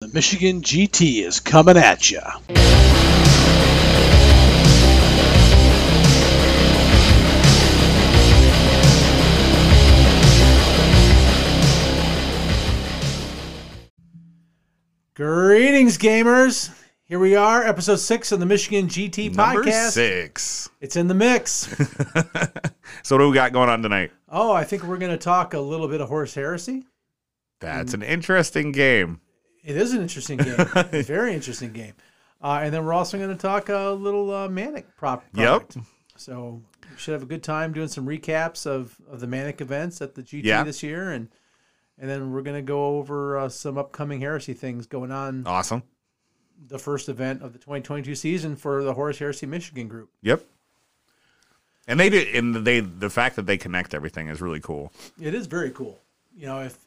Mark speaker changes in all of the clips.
Speaker 1: The Michigan GT is coming at you.
Speaker 2: Greetings, gamers. Here we are, episode six of the Michigan GT
Speaker 3: Number
Speaker 2: podcast.
Speaker 3: six.
Speaker 2: It's in the mix.
Speaker 3: So what do we got going on tonight?
Speaker 2: oh, I think we're going to talk a little bit of horse heresy.
Speaker 3: That's an interesting game.
Speaker 2: It is an interesting game, very interesting game. Uh, and then we're also going to talk a little uh, manic prop.
Speaker 3: Yep.
Speaker 2: Product. So we should have a good time doing some recaps of, of the manic events at the GT
Speaker 3: Yeah.
Speaker 2: this year, and and then we're going to go over uh, some upcoming heresy things going on
Speaker 3: Awesome.
Speaker 2: the first event of the 2022 season for the horse heresy Michigan group.
Speaker 3: Yep. And they did, and they the fact that they connect everything is really cool.
Speaker 2: It is very cool. You know, if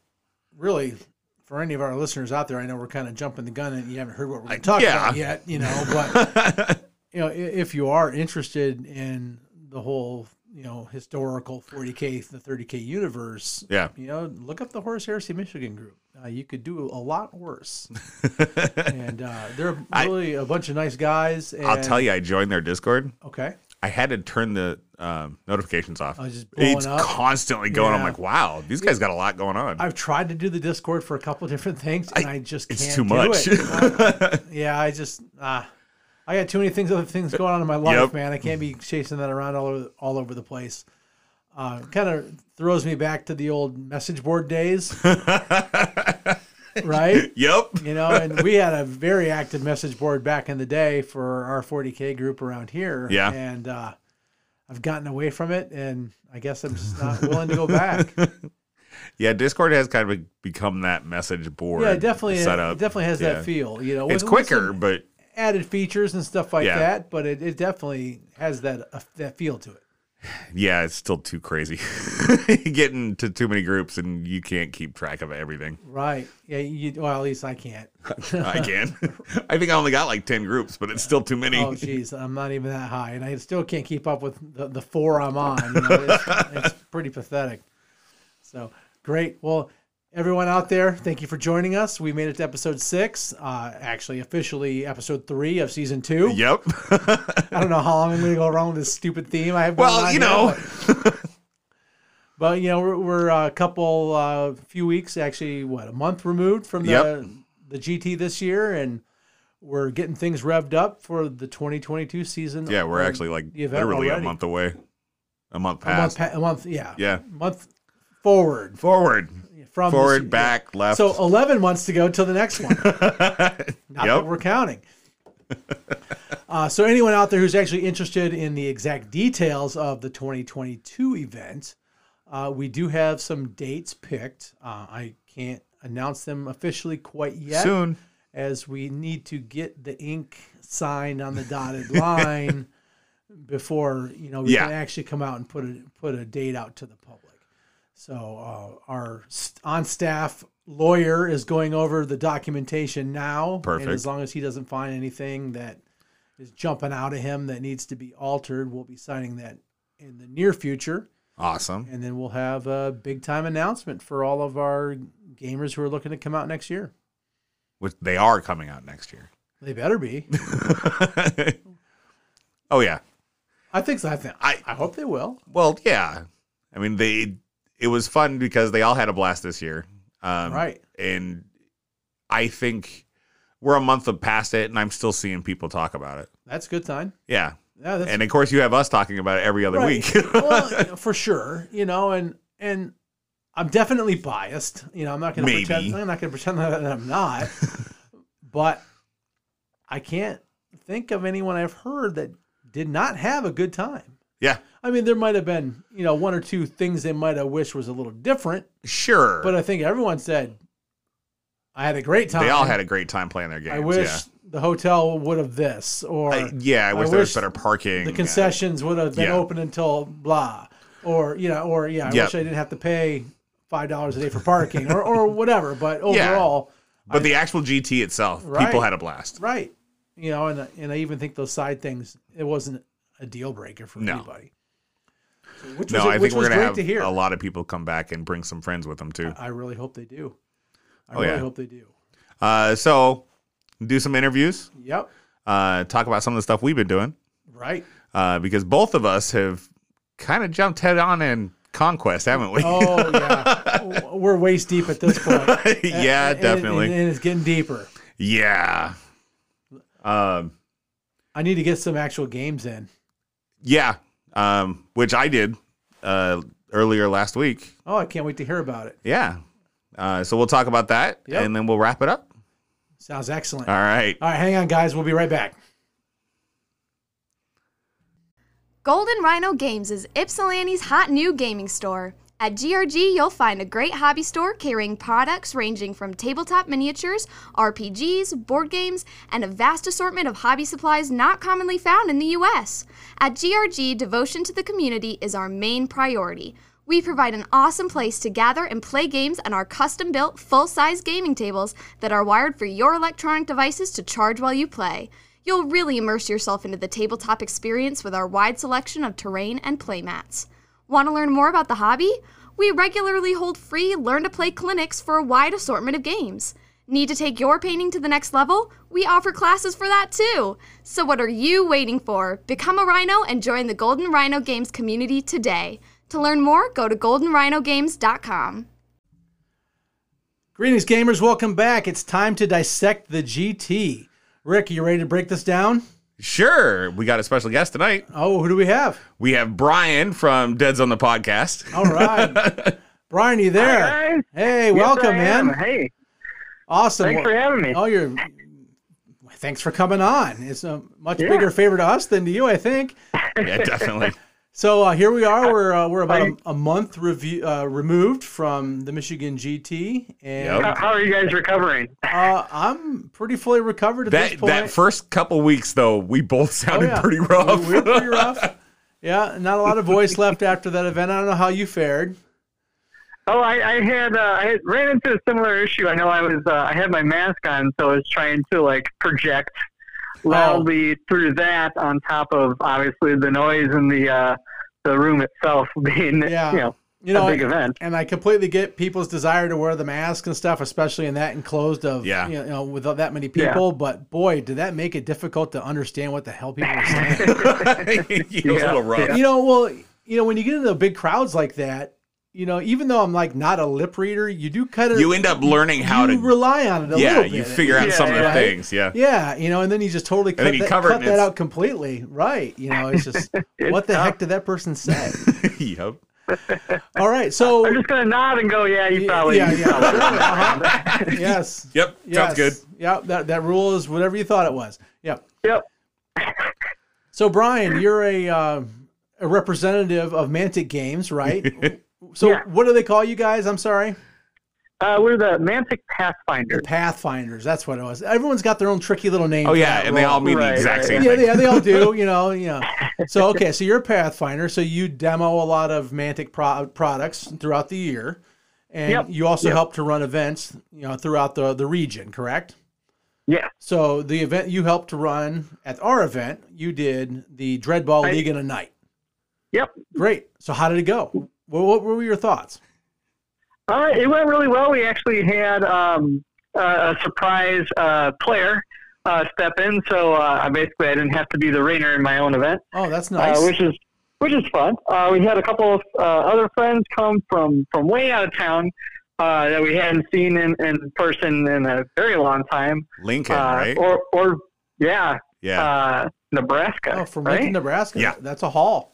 Speaker 2: really for any of our listeners out there, I know we're kind of jumping the gun and you haven't heard what we're going to talk
Speaker 3: yeah.
Speaker 2: about yet, you know, but you know, i- if you are interested in the whole, you know, historical 40K, the 30K universe,
Speaker 3: Yeah.
Speaker 2: you know, look up the Horace Heresy Michigan group. Uh, you could do a lot worse. and uh, they're really a bunch of nice guys. And,
Speaker 3: I'll tell you, I joined their Discord.
Speaker 2: Okay.
Speaker 3: I had to turn the um, notifications off.
Speaker 2: Oh, just blowing
Speaker 3: it's
Speaker 2: up?
Speaker 3: constantly going. I'm
Speaker 2: Yeah.
Speaker 3: like, wow, these guys got a lot going on.
Speaker 2: I've tried to do the Discord for a couple different things, and I, just can't
Speaker 3: it's
Speaker 2: do
Speaker 3: too much.
Speaker 2: it. I- yeah, I just ah, I got too many things, other things going on in my life,
Speaker 3: Yep.
Speaker 2: man. I can't be chasing that around all over all over the place. Uh, kind of throws me back to the old message board days, right?
Speaker 3: yep.
Speaker 2: You know, and we had a very active message board back in the day for our 40k group around here.
Speaker 3: Yeah.
Speaker 2: and uh, I've gotten away from it, and I guess I'm just not willing to go back.
Speaker 3: Yeah. Discord has kind of become that message board.
Speaker 2: Yeah, it definitely. It
Speaker 3: setup.
Speaker 2: definitely has
Speaker 3: Yeah.
Speaker 2: that feel. You know,
Speaker 3: It's
Speaker 2: with- with
Speaker 3: quicker,
Speaker 2: some
Speaker 3: but
Speaker 2: added features and stuff like
Speaker 3: Yeah.
Speaker 2: that, but it, it definitely has that uh, that feel to it.
Speaker 3: yeah, it's still too crazy. Getting to too many groups and you can't keep track of everything.
Speaker 2: Right? Yeah. You, well, at least I can't.
Speaker 3: I can. I think I only got like 10 groups, but it's still too many.
Speaker 2: Oh, geez, I'm not even that high, and I still can't keep up with the, the four I'm on. You know, it's, it's pretty pathetic. So great. Well, everyone out there, thank you for joining us. We made it to episode six. Uh, actually, officially episode three of season two.
Speaker 3: yep.
Speaker 2: I don't know how long I'm going to go around with this stupid theme. I have going
Speaker 3: well,
Speaker 2: on
Speaker 3: you
Speaker 2: here,
Speaker 3: know,
Speaker 2: but- But you know, we're, we're a couple, uh, few weeks, actually, what a month removed from the
Speaker 3: Yep.
Speaker 2: the GT this year, and we're getting things revved up for the 2022 season.
Speaker 3: yeah, we're
Speaker 2: Um,
Speaker 3: actually like
Speaker 2: the event
Speaker 3: literally
Speaker 2: already.
Speaker 3: a month away, a month
Speaker 2: a month,
Speaker 3: past.
Speaker 2: pa- a month, yeah,
Speaker 3: Yeah.
Speaker 2: month forward
Speaker 3: Forward,
Speaker 2: from
Speaker 3: forward,
Speaker 2: this-
Speaker 3: back, left.
Speaker 2: So 11 months to go till the next one. Not
Speaker 3: Yep.
Speaker 2: that we're counting. uh, so anyone out there who's actually interested in the exact details of the 2022 event, uh, we do have some dates picked. Uh, I can't announce them officially quite yet,
Speaker 3: Soon.
Speaker 2: as we need to get the ink signed on the dotted line before you know we
Speaker 3: Yeah.
Speaker 2: can actually come out and put a put a date out to the public. So uh, our st- on staff lawyer is going over the documentation now.
Speaker 3: Perfect.
Speaker 2: And as long as he doesn't find anything that is jumping out of him that needs to be altered, we'll be signing that in the near future.
Speaker 3: Awesome.
Speaker 2: And then we'll have a big time announcement for all of our gamers who are looking to come out next year.
Speaker 3: Which they are coming out next year.
Speaker 2: They better be.
Speaker 3: oh, yeah.
Speaker 2: I think so. I, think, I,
Speaker 3: I-
Speaker 2: I hope they will.
Speaker 3: Well, yeah. I mean, they it was fun because they all had a blast this year. Um,
Speaker 2: Right.
Speaker 3: And I think we're a month of past it, and I'm still seeing people talk about it.
Speaker 2: That's a good sign.
Speaker 3: Yeah.
Speaker 2: Yeah, that's
Speaker 3: And of course, you have us talking about it every other
Speaker 2: Right.
Speaker 3: week.
Speaker 2: well, you know, for sure, you know, and and I'm definitely biased. You know, I'm not going to
Speaker 3: Maybe.
Speaker 2: pretend. I'm not going to pretend that I'm not. but I can't think of anyone I've heard that did not have a good time.
Speaker 3: yeah.
Speaker 2: I mean, there might have been you know one or two things they might have wished was a little different,
Speaker 3: Sure.
Speaker 2: but I think everyone said I had a great time.
Speaker 3: they all had a great time playing their games.
Speaker 2: I wish
Speaker 3: Yeah.
Speaker 2: the hotel would have this or
Speaker 3: I, yeah, I wish there was
Speaker 2: wish
Speaker 3: better parking.
Speaker 2: the concessions would have been
Speaker 3: Yeah.
Speaker 2: open until blah, or you know, or yeah, I
Speaker 3: Yep.
Speaker 2: wish I didn't have to pay five dollars a day for parking or or whatever. But overall,
Speaker 3: but the actual GT itself,
Speaker 2: Right.
Speaker 3: people had a blast.
Speaker 2: right, you know, and and I even think those side things it wasn't a deal breaker for
Speaker 3: No.
Speaker 2: anybody. So, which was,
Speaker 3: No, I
Speaker 2: which
Speaker 3: think we're
Speaker 2: was great
Speaker 3: going to have
Speaker 2: to hear.
Speaker 3: a lot of people come back and bring some friends with them, too.
Speaker 2: I really hope they do. I
Speaker 3: Oh,
Speaker 2: really
Speaker 3: yeah.
Speaker 2: hope they do.
Speaker 3: Uh, so do some interviews,
Speaker 2: Yep.
Speaker 3: uh, talk about some of the stuff we've been doing
Speaker 2: Right.
Speaker 3: uh, because both of us have kind of jumped head on in conquest, haven't we?
Speaker 2: Oh yeah. W- We're waist deep at this point.
Speaker 3: yeah,
Speaker 2: And- and-
Speaker 3: definitely.
Speaker 2: And, it's getting deeper.
Speaker 3: yeah. Um,
Speaker 2: I need to get some actual games in.
Speaker 3: yeah. Um, which I did uh, earlier last week.
Speaker 2: Oh, I can't wait to hear about it.
Speaker 3: Yeah. Uh, so we'll talk about that
Speaker 2: Yep.
Speaker 3: and then we'll wrap it up.
Speaker 2: Sounds excellent.
Speaker 3: All right.
Speaker 2: All right, hang on, guys. We'll be right back.
Speaker 4: Golden Rhino Games is Ypsilanti's hot new gaming store. At GRG, you'll find a great hobby store carrying products ranging from tabletop miniatures, RPGs, board games, and a vast assortment of hobby supplies not commonly found in the U.S. At GRG, devotion to the community is our main priority. We provide an awesome place to gather and play games on our custom built, full size gaming tables that are wired for your electronic devices to charge while you play. You'll really immerse yourself into the tabletop experience with our wide selection of terrain and playmats. Want to learn more about the hobby? We regularly hold free learn to play clinics for a wide assortment of games. Need to take your painting to the next level? We offer classes for that too. So what are you waiting for? Become a Rhino and join the Golden Rhino Games community today. To learn more, go to goldenrhinogames.com.
Speaker 2: Greetings, gamers. Welcome back. It's time to dissect the GT. Rick, you ready to break this down?
Speaker 3: Sure. We got a special guest tonight.
Speaker 2: Oh, who do we have?
Speaker 3: We have Brian from Deads on the Podcast.
Speaker 2: All right. Brian, you there?
Speaker 5: guys.
Speaker 2: Hey,
Speaker 5: Yes,
Speaker 2: welcome,
Speaker 5: I am.
Speaker 2: man.
Speaker 5: Hey,
Speaker 2: Awesome.
Speaker 5: thanks for having me.
Speaker 2: Oh, you're. Thanks for coming on. It's a much
Speaker 5: Yeah.
Speaker 2: bigger favor to us than to you, I think.
Speaker 3: yeah, definitely.
Speaker 2: So uh, here we are. We're uh, we're about a, a month review, uh, removed from the Michigan GT, and
Speaker 5: How- How are you guys recovering?
Speaker 2: uh, I'm pretty fully recovered at this
Speaker 3: That
Speaker 2: point.
Speaker 3: that first couple weeks though, we both
Speaker 2: Oh,
Speaker 3: sounded
Speaker 2: yeah.
Speaker 3: pretty rough.
Speaker 2: We were pretty rough. Yeah, not a lot of voice left after that event. I don't know how you fared.
Speaker 5: Oh, I, I had uh, I had ran into a similar issue. I know I was uh, I had my mask on, so I was trying to like project
Speaker 2: Oh.
Speaker 5: loudly through that on top of obviously the noise and the uh, the room itself being
Speaker 2: Yeah.
Speaker 5: you know
Speaker 2: You know,
Speaker 5: a big
Speaker 2: I-
Speaker 5: event.
Speaker 2: and I completely get people's desire to wear the mask and stuff, especially in that enclosed of
Speaker 3: Yeah.
Speaker 2: you know with that many people. But boy, did that make it difficult to understand what the hell people were saying.
Speaker 3: it was a little rough.
Speaker 5: Yeah.
Speaker 2: you know, well, you know, when you get into big crowds like that, you know, even though I'm like not a lip reader, you do kind of
Speaker 3: You end up learning how
Speaker 2: you
Speaker 3: to
Speaker 2: rely on it a
Speaker 3: Yeah,
Speaker 2: little bit.
Speaker 3: you figure out
Speaker 5: Yeah,
Speaker 3: some of the
Speaker 2: right?
Speaker 3: things. Yeah.
Speaker 2: Yeah, you know, and then you just totally cut,
Speaker 3: then you
Speaker 2: that,
Speaker 3: cover it
Speaker 2: cut
Speaker 3: and
Speaker 2: that
Speaker 3: it's-
Speaker 2: out completely. Right. You know, it's just
Speaker 5: It's
Speaker 2: what the
Speaker 5: tough.
Speaker 2: heck did that person say?
Speaker 3: yep.
Speaker 2: All right. So
Speaker 5: I'm just gonna nod and go, yeah, you probably.
Speaker 2: Oh. Yeah,
Speaker 5: you
Speaker 2: yeah.
Speaker 5: probably-
Speaker 2: Uh-huh. yes.
Speaker 3: Yep. Sounds
Speaker 2: yes.
Speaker 3: good.
Speaker 2: Yep. That that rule is whatever you thought it was. Yep.
Speaker 5: Yep.
Speaker 2: So Brian, you're a uh, a representative of Mantic Games, right? so
Speaker 5: Yeah.
Speaker 2: what do they call you guys? I'm sorry.
Speaker 5: Uh, we're the Mantic
Speaker 2: The
Speaker 5: Pathfinders.
Speaker 2: Pathfinders. That's what it was. Everyone's got their own tricky little name.
Speaker 3: Oh
Speaker 2: for
Speaker 3: yeah,
Speaker 2: that
Speaker 3: and they
Speaker 2: role.
Speaker 3: all mean the
Speaker 5: Right,
Speaker 3: exact
Speaker 5: right.
Speaker 3: same
Speaker 2: Yeah,
Speaker 3: thing.
Speaker 2: yeah, they all do. You know, you know. So okay, so you're a Pathfinder. So you demo a lot of Mantic pro- products throughout the year, and
Speaker 5: Yep,
Speaker 2: you also
Speaker 5: yep.
Speaker 2: help to run events, you know, throughout the the region. Correct.
Speaker 5: Yeah.
Speaker 2: So the event you helped to run at our event, you did the Dreadball
Speaker 5: I-
Speaker 2: League in a night.
Speaker 5: Yep.
Speaker 2: Great. So how did it go? What, what were your thoughts?
Speaker 5: Uh, it went really well. We actually had um, uh, a surprise uh, player uh, step in, so uh, I basically I didn't have to be the reiner in my own event,
Speaker 2: Oh, that's nice.
Speaker 5: uh, which is which is fun. Uh, we had a couple of uh, other friends come from from way out of town uh, that we hadn't seen in, in person in a very long time,
Speaker 3: Lincoln,
Speaker 5: uh,
Speaker 3: right?
Speaker 5: or or yeah,
Speaker 3: yeah.
Speaker 5: uh, Nebraska,
Speaker 2: oh, from
Speaker 5: right?
Speaker 2: Lincoln, Nebraska.
Speaker 3: Yeah.
Speaker 2: That's a haul.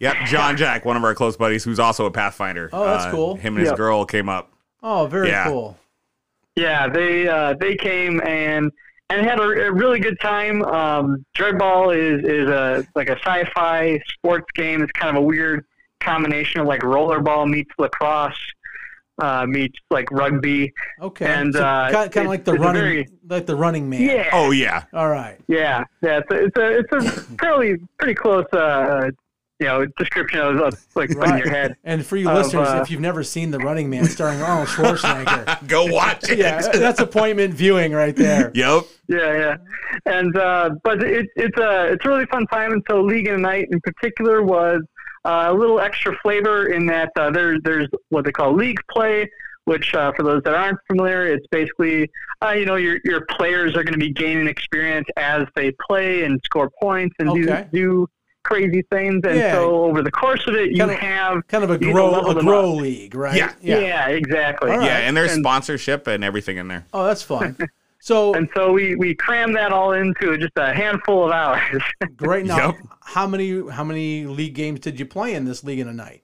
Speaker 3: yep. John Jack, one of our close buddies, who's also a Pathfinder.
Speaker 2: Oh, that's
Speaker 3: Uh,
Speaker 2: cool.
Speaker 3: Him and his
Speaker 5: Yep.
Speaker 3: girl came up.
Speaker 2: Oh, very
Speaker 3: Yeah.
Speaker 2: cool.
Speaker 5: Yeah, they uh, they came and and had a, a really good time. Um, Dreadball is is a like a sci-fi sports game. It's kind of a weird combination of like rollerball meets lacrosse uh, meets like rugby.
Speaker 2: Okay.
Speaker 5: And, uh,
Speaker 2: kind, kind
Speaker 5: it's-
Speaker 2: of like the
Speaker 5: it's a
Speaker 2: running,
Speaker 5: very-
Speaker 2: like the running man.
Speaker 5: Yeah,
Speaker 3: Oh yeah.
Speaker 2: All right.
Speaker 5: yeah, yeah. It's a it's a, it's a fairly pretty close uh, you know description of, of like in your head.
Speaker 2: And for you
Speaker 5: Of,
Speaker 2: listeners,
Speaker 5: uh,
Speaker 2: if you've never seen The Running Man starring Arnold Schwarzenegger,
Speaker 3: Go watch it.
Speaker 2: yeah, that's appointment viewing right there.
Speaker 3: Yep.
Speaker 5: Yeah, yeah, and uh, but it, it's a it's a really fun time. And so League in the Night in particular was uh, a little extra flavor in that uh, there's there's what they call league play, which uh, for those that aren't familiar, it's basically uh, you know your your players are going to be gaining experience as they play and score points and
Speaker 2: Okay.
Speaker 5: do do crazy things. And
Speaker 2: Yeah.
Speaker 5: so over the course of it, you
Speaker 2: Kinda-
Speaker 5: have
Speaker 2: Kind of a
Speaker 5: You need to
Speaker 2: grow
Speaker 5: level
Speaker 2: a
Speaker 5: them
Speaker 2: grow league, right?
Speaker 3: Yeah.
Speaker 5: yeah, exactly.
Speaker 2: All right.
Speaker 3: Yeah, and there's
Speaker 5: And-
Speaker 3: sponsorship and everything in there.
Speaker 2: Oh, that's fun. So
Speaker 5: And so we we crammed that all into just a handful of hours.
Speaker 2: great. Now,
Speaker 3: Yep.
Speaker 2: how many how many league games did you play in this league in a night?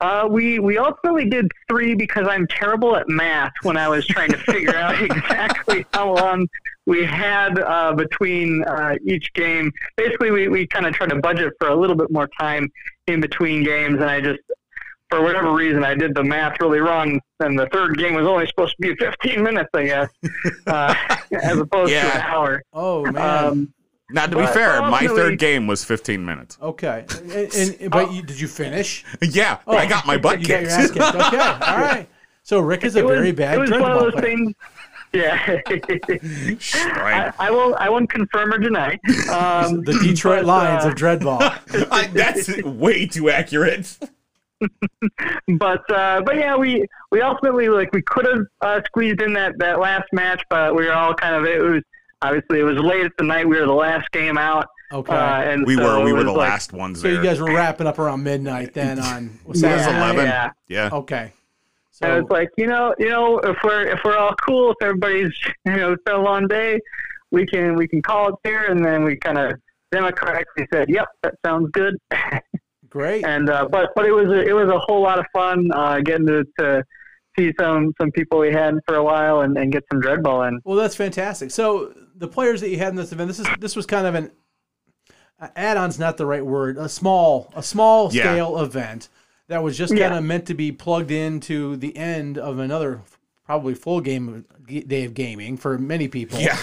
Speaker 5: Uh, we we ultimately did three because I'm terrible at math. When I was trying to figure out exactly how long we had uh, between uh, each game, basically we, we kind of tried to budget for a little bit more time in between games, and I just for whatever reason I did the math really wrong, and the third game was only supposed to be 15 minutes, I guess, uh, as opposed to an
Speaker 3: Yeah.
Speaker 5: hour.
Speaker 2: Oh man.
Speaker 5: Um,
Speaker 3: Now, to be
Speaker 5: Well,
Speaker 3: fair, my
Speaker 5: ultimately-
Speaker 3: third game was 15 minutes.
Speaker 2: okay. And, and- and-
Speaker 5: uh,
Speaker 2: but you, did you finish? Oh,
Speaker 3: yeah, I got my butt
Speaker 2: You got
Speaker 3: kicked.
Speaker 2: your ass kicked. Okay. All right. So Rick is a
Speaker 5: it was,
Speaker 2: very
Speaker 5: it
Speaker 2: bad
Speaker 5: was one
Speaker 2: dreadful
Speaker 5: of those
Speaker 2: player.
Speaker 5: things. Yeah.
Speaker 3: Strike.
Speaker 5: I, I will. I won't confirm or deny. Um,
Speaker 2: The Detroit
Speaker 5: but,
Speaker 2: Lions
Speaker 5: uh,
Speaker 2: of Dreadball.
Speaker 3: I- that's way too accurate.
Speaker 5: But uh, but yeah, we we ultimately like we could have uh, squeezed in that that last match, but we were all kind of it was obviously it was late at the night. We were the last game out,
Speaker 2: Okay.
Speaker 5: uh, and
Speaker 3: We
Speaker 5: so
Speaker 3: were we
Speaker 5: it
Speaker 3: were
Speaker 5: was
Speaker 3: the
Speaker 5: like-
Speaker 3: last ones
Speaker 2: so
Speaker 3: there.
Speaker 2: you guys were wrapping up around midnight then on was
Speaker 3: It was
Speaker 2: Saturday night?
Speaker 3: 11.
Speaker 5: Yeah.
Speaker 3: yeah.
Speaker 2: Okay. So
Speaker 5: And I was like, you know, you know, if we're if we're all cool, if everybody's you know, it's been a long day, we can we can call it there, and then we kind of democratically said, yep, that sounds good.
Speaker 2: great.
Speaker 5: and uh, but but it was a, it was a whole lot of fun uh, getting to, to see some some people we hadn't for a while and, and get some dreadball in.
Speaker 2: Well, that's fantastic. So the players that you had in this event, this is this was kind of an uh, add-on's not the right word. A small, a small
Speaker 3: Yeah.
Speaker 2: scale event that was just
Speaker 5: Yeah.
Speaker 2: kind of meant to be plugged into the end of another f- probably full game of- day of gaming for many people.
Speaker 3: Yeah.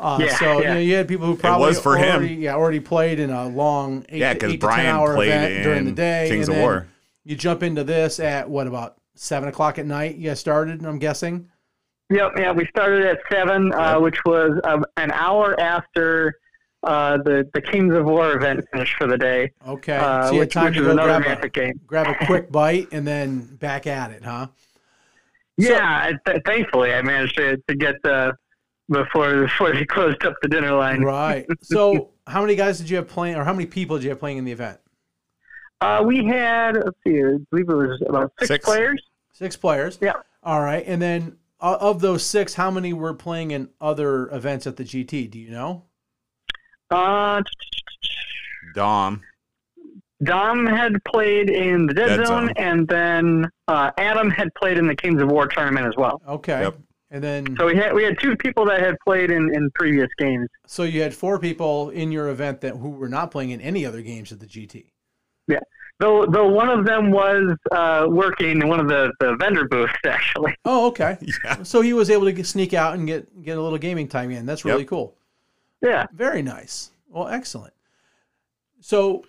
Speaker 2: Uh,
Speaker 5: Yeah,
Speaker 2: so You,
Speaker 5: yeah.
Speaker 2: know, you had people who probably
Speaker 3: was for him.
Speaker 2: already, Yeah, already played in a long eight,
Speaker 3: Yeah,
Speaker 2: to-
Speaker 3: 'cause
Speaker 2: eight to ten
Speaker 3: Brian
Speaker 2: hour
Speaker 3: played
Speaker 2: event during the
Speaker 3: in
Speaker 2: day.
Speaker 3: Kings
Speaker 2: and
Speaker 3: of
Speaker 2: then
Speaker 3: War.
Speaker 2: You jump into this at what about seven o'clock at night? You guys started, I'm guessing.
Speaker 5: Yep, yeah, we started at seven, uh, which was uh, an hour after uh, the the Kings of War event finished for the day,
Speaker 2: Okay,
Speaker 5: uh,
Speaker 2: so you had
Speaker 5: which,
Speaker 2: time
Speaker 5: which
Speaker 2: to
Speaker 5: is
Speaker 2: go
Speaker 5: another
Speaker 2: grab a-
Speaker 5: graphic game.
Speaker 2: grab a quick bite and then back at it, huh?
Speaker 5: Yeah, I- th- thankfully I managed to, to get uh, before before they closed up the dinner line.
Speaker 2: Right. So, how many guys did you have playing, or how many people did you have playing in the event?
Speaker 5: Uh, we had let's see, I believe it was about six,
Speaker 3: Six.
Speaker 5: players.
Speaker 2: Six players.
Speaker 5: Yeah.
Speaker 2: All right, and then o- of those six, how many were playing in other events at the GT? Do you know?
Speaker 5: Uh,
Speaker 3: Dom.
Speaker 5: Dom had played in the Dead,
Speaker 3: Dead
Speaker 5: Zone,
Speaker 3: Zone.
Speaker 5: and then uh, Adam had played in the Kings of War tournament as well.
Speaker 2: Okay.
Speaker 3: Yep.
Speaker 2: And then,
Speaker 5: So we had we had two people that had played in, in previous games.
Speaker 2: so you had four people in your event that who were not playing in any other games at the GT.
Speaker 5: Though though one of them was uh, working in one of the, the vendor booths actually.
Speaker 2: Oh, okay.
Speaker 3: Yeah.
Speaker 2: So he was able to get, sneak out and get get a little gaming time in. That's really
Speaker 3: Yep.
Speaker 2: cool.
Speaker 5: Yeah.
Speaker 2: Very nice. Well, excellent. So,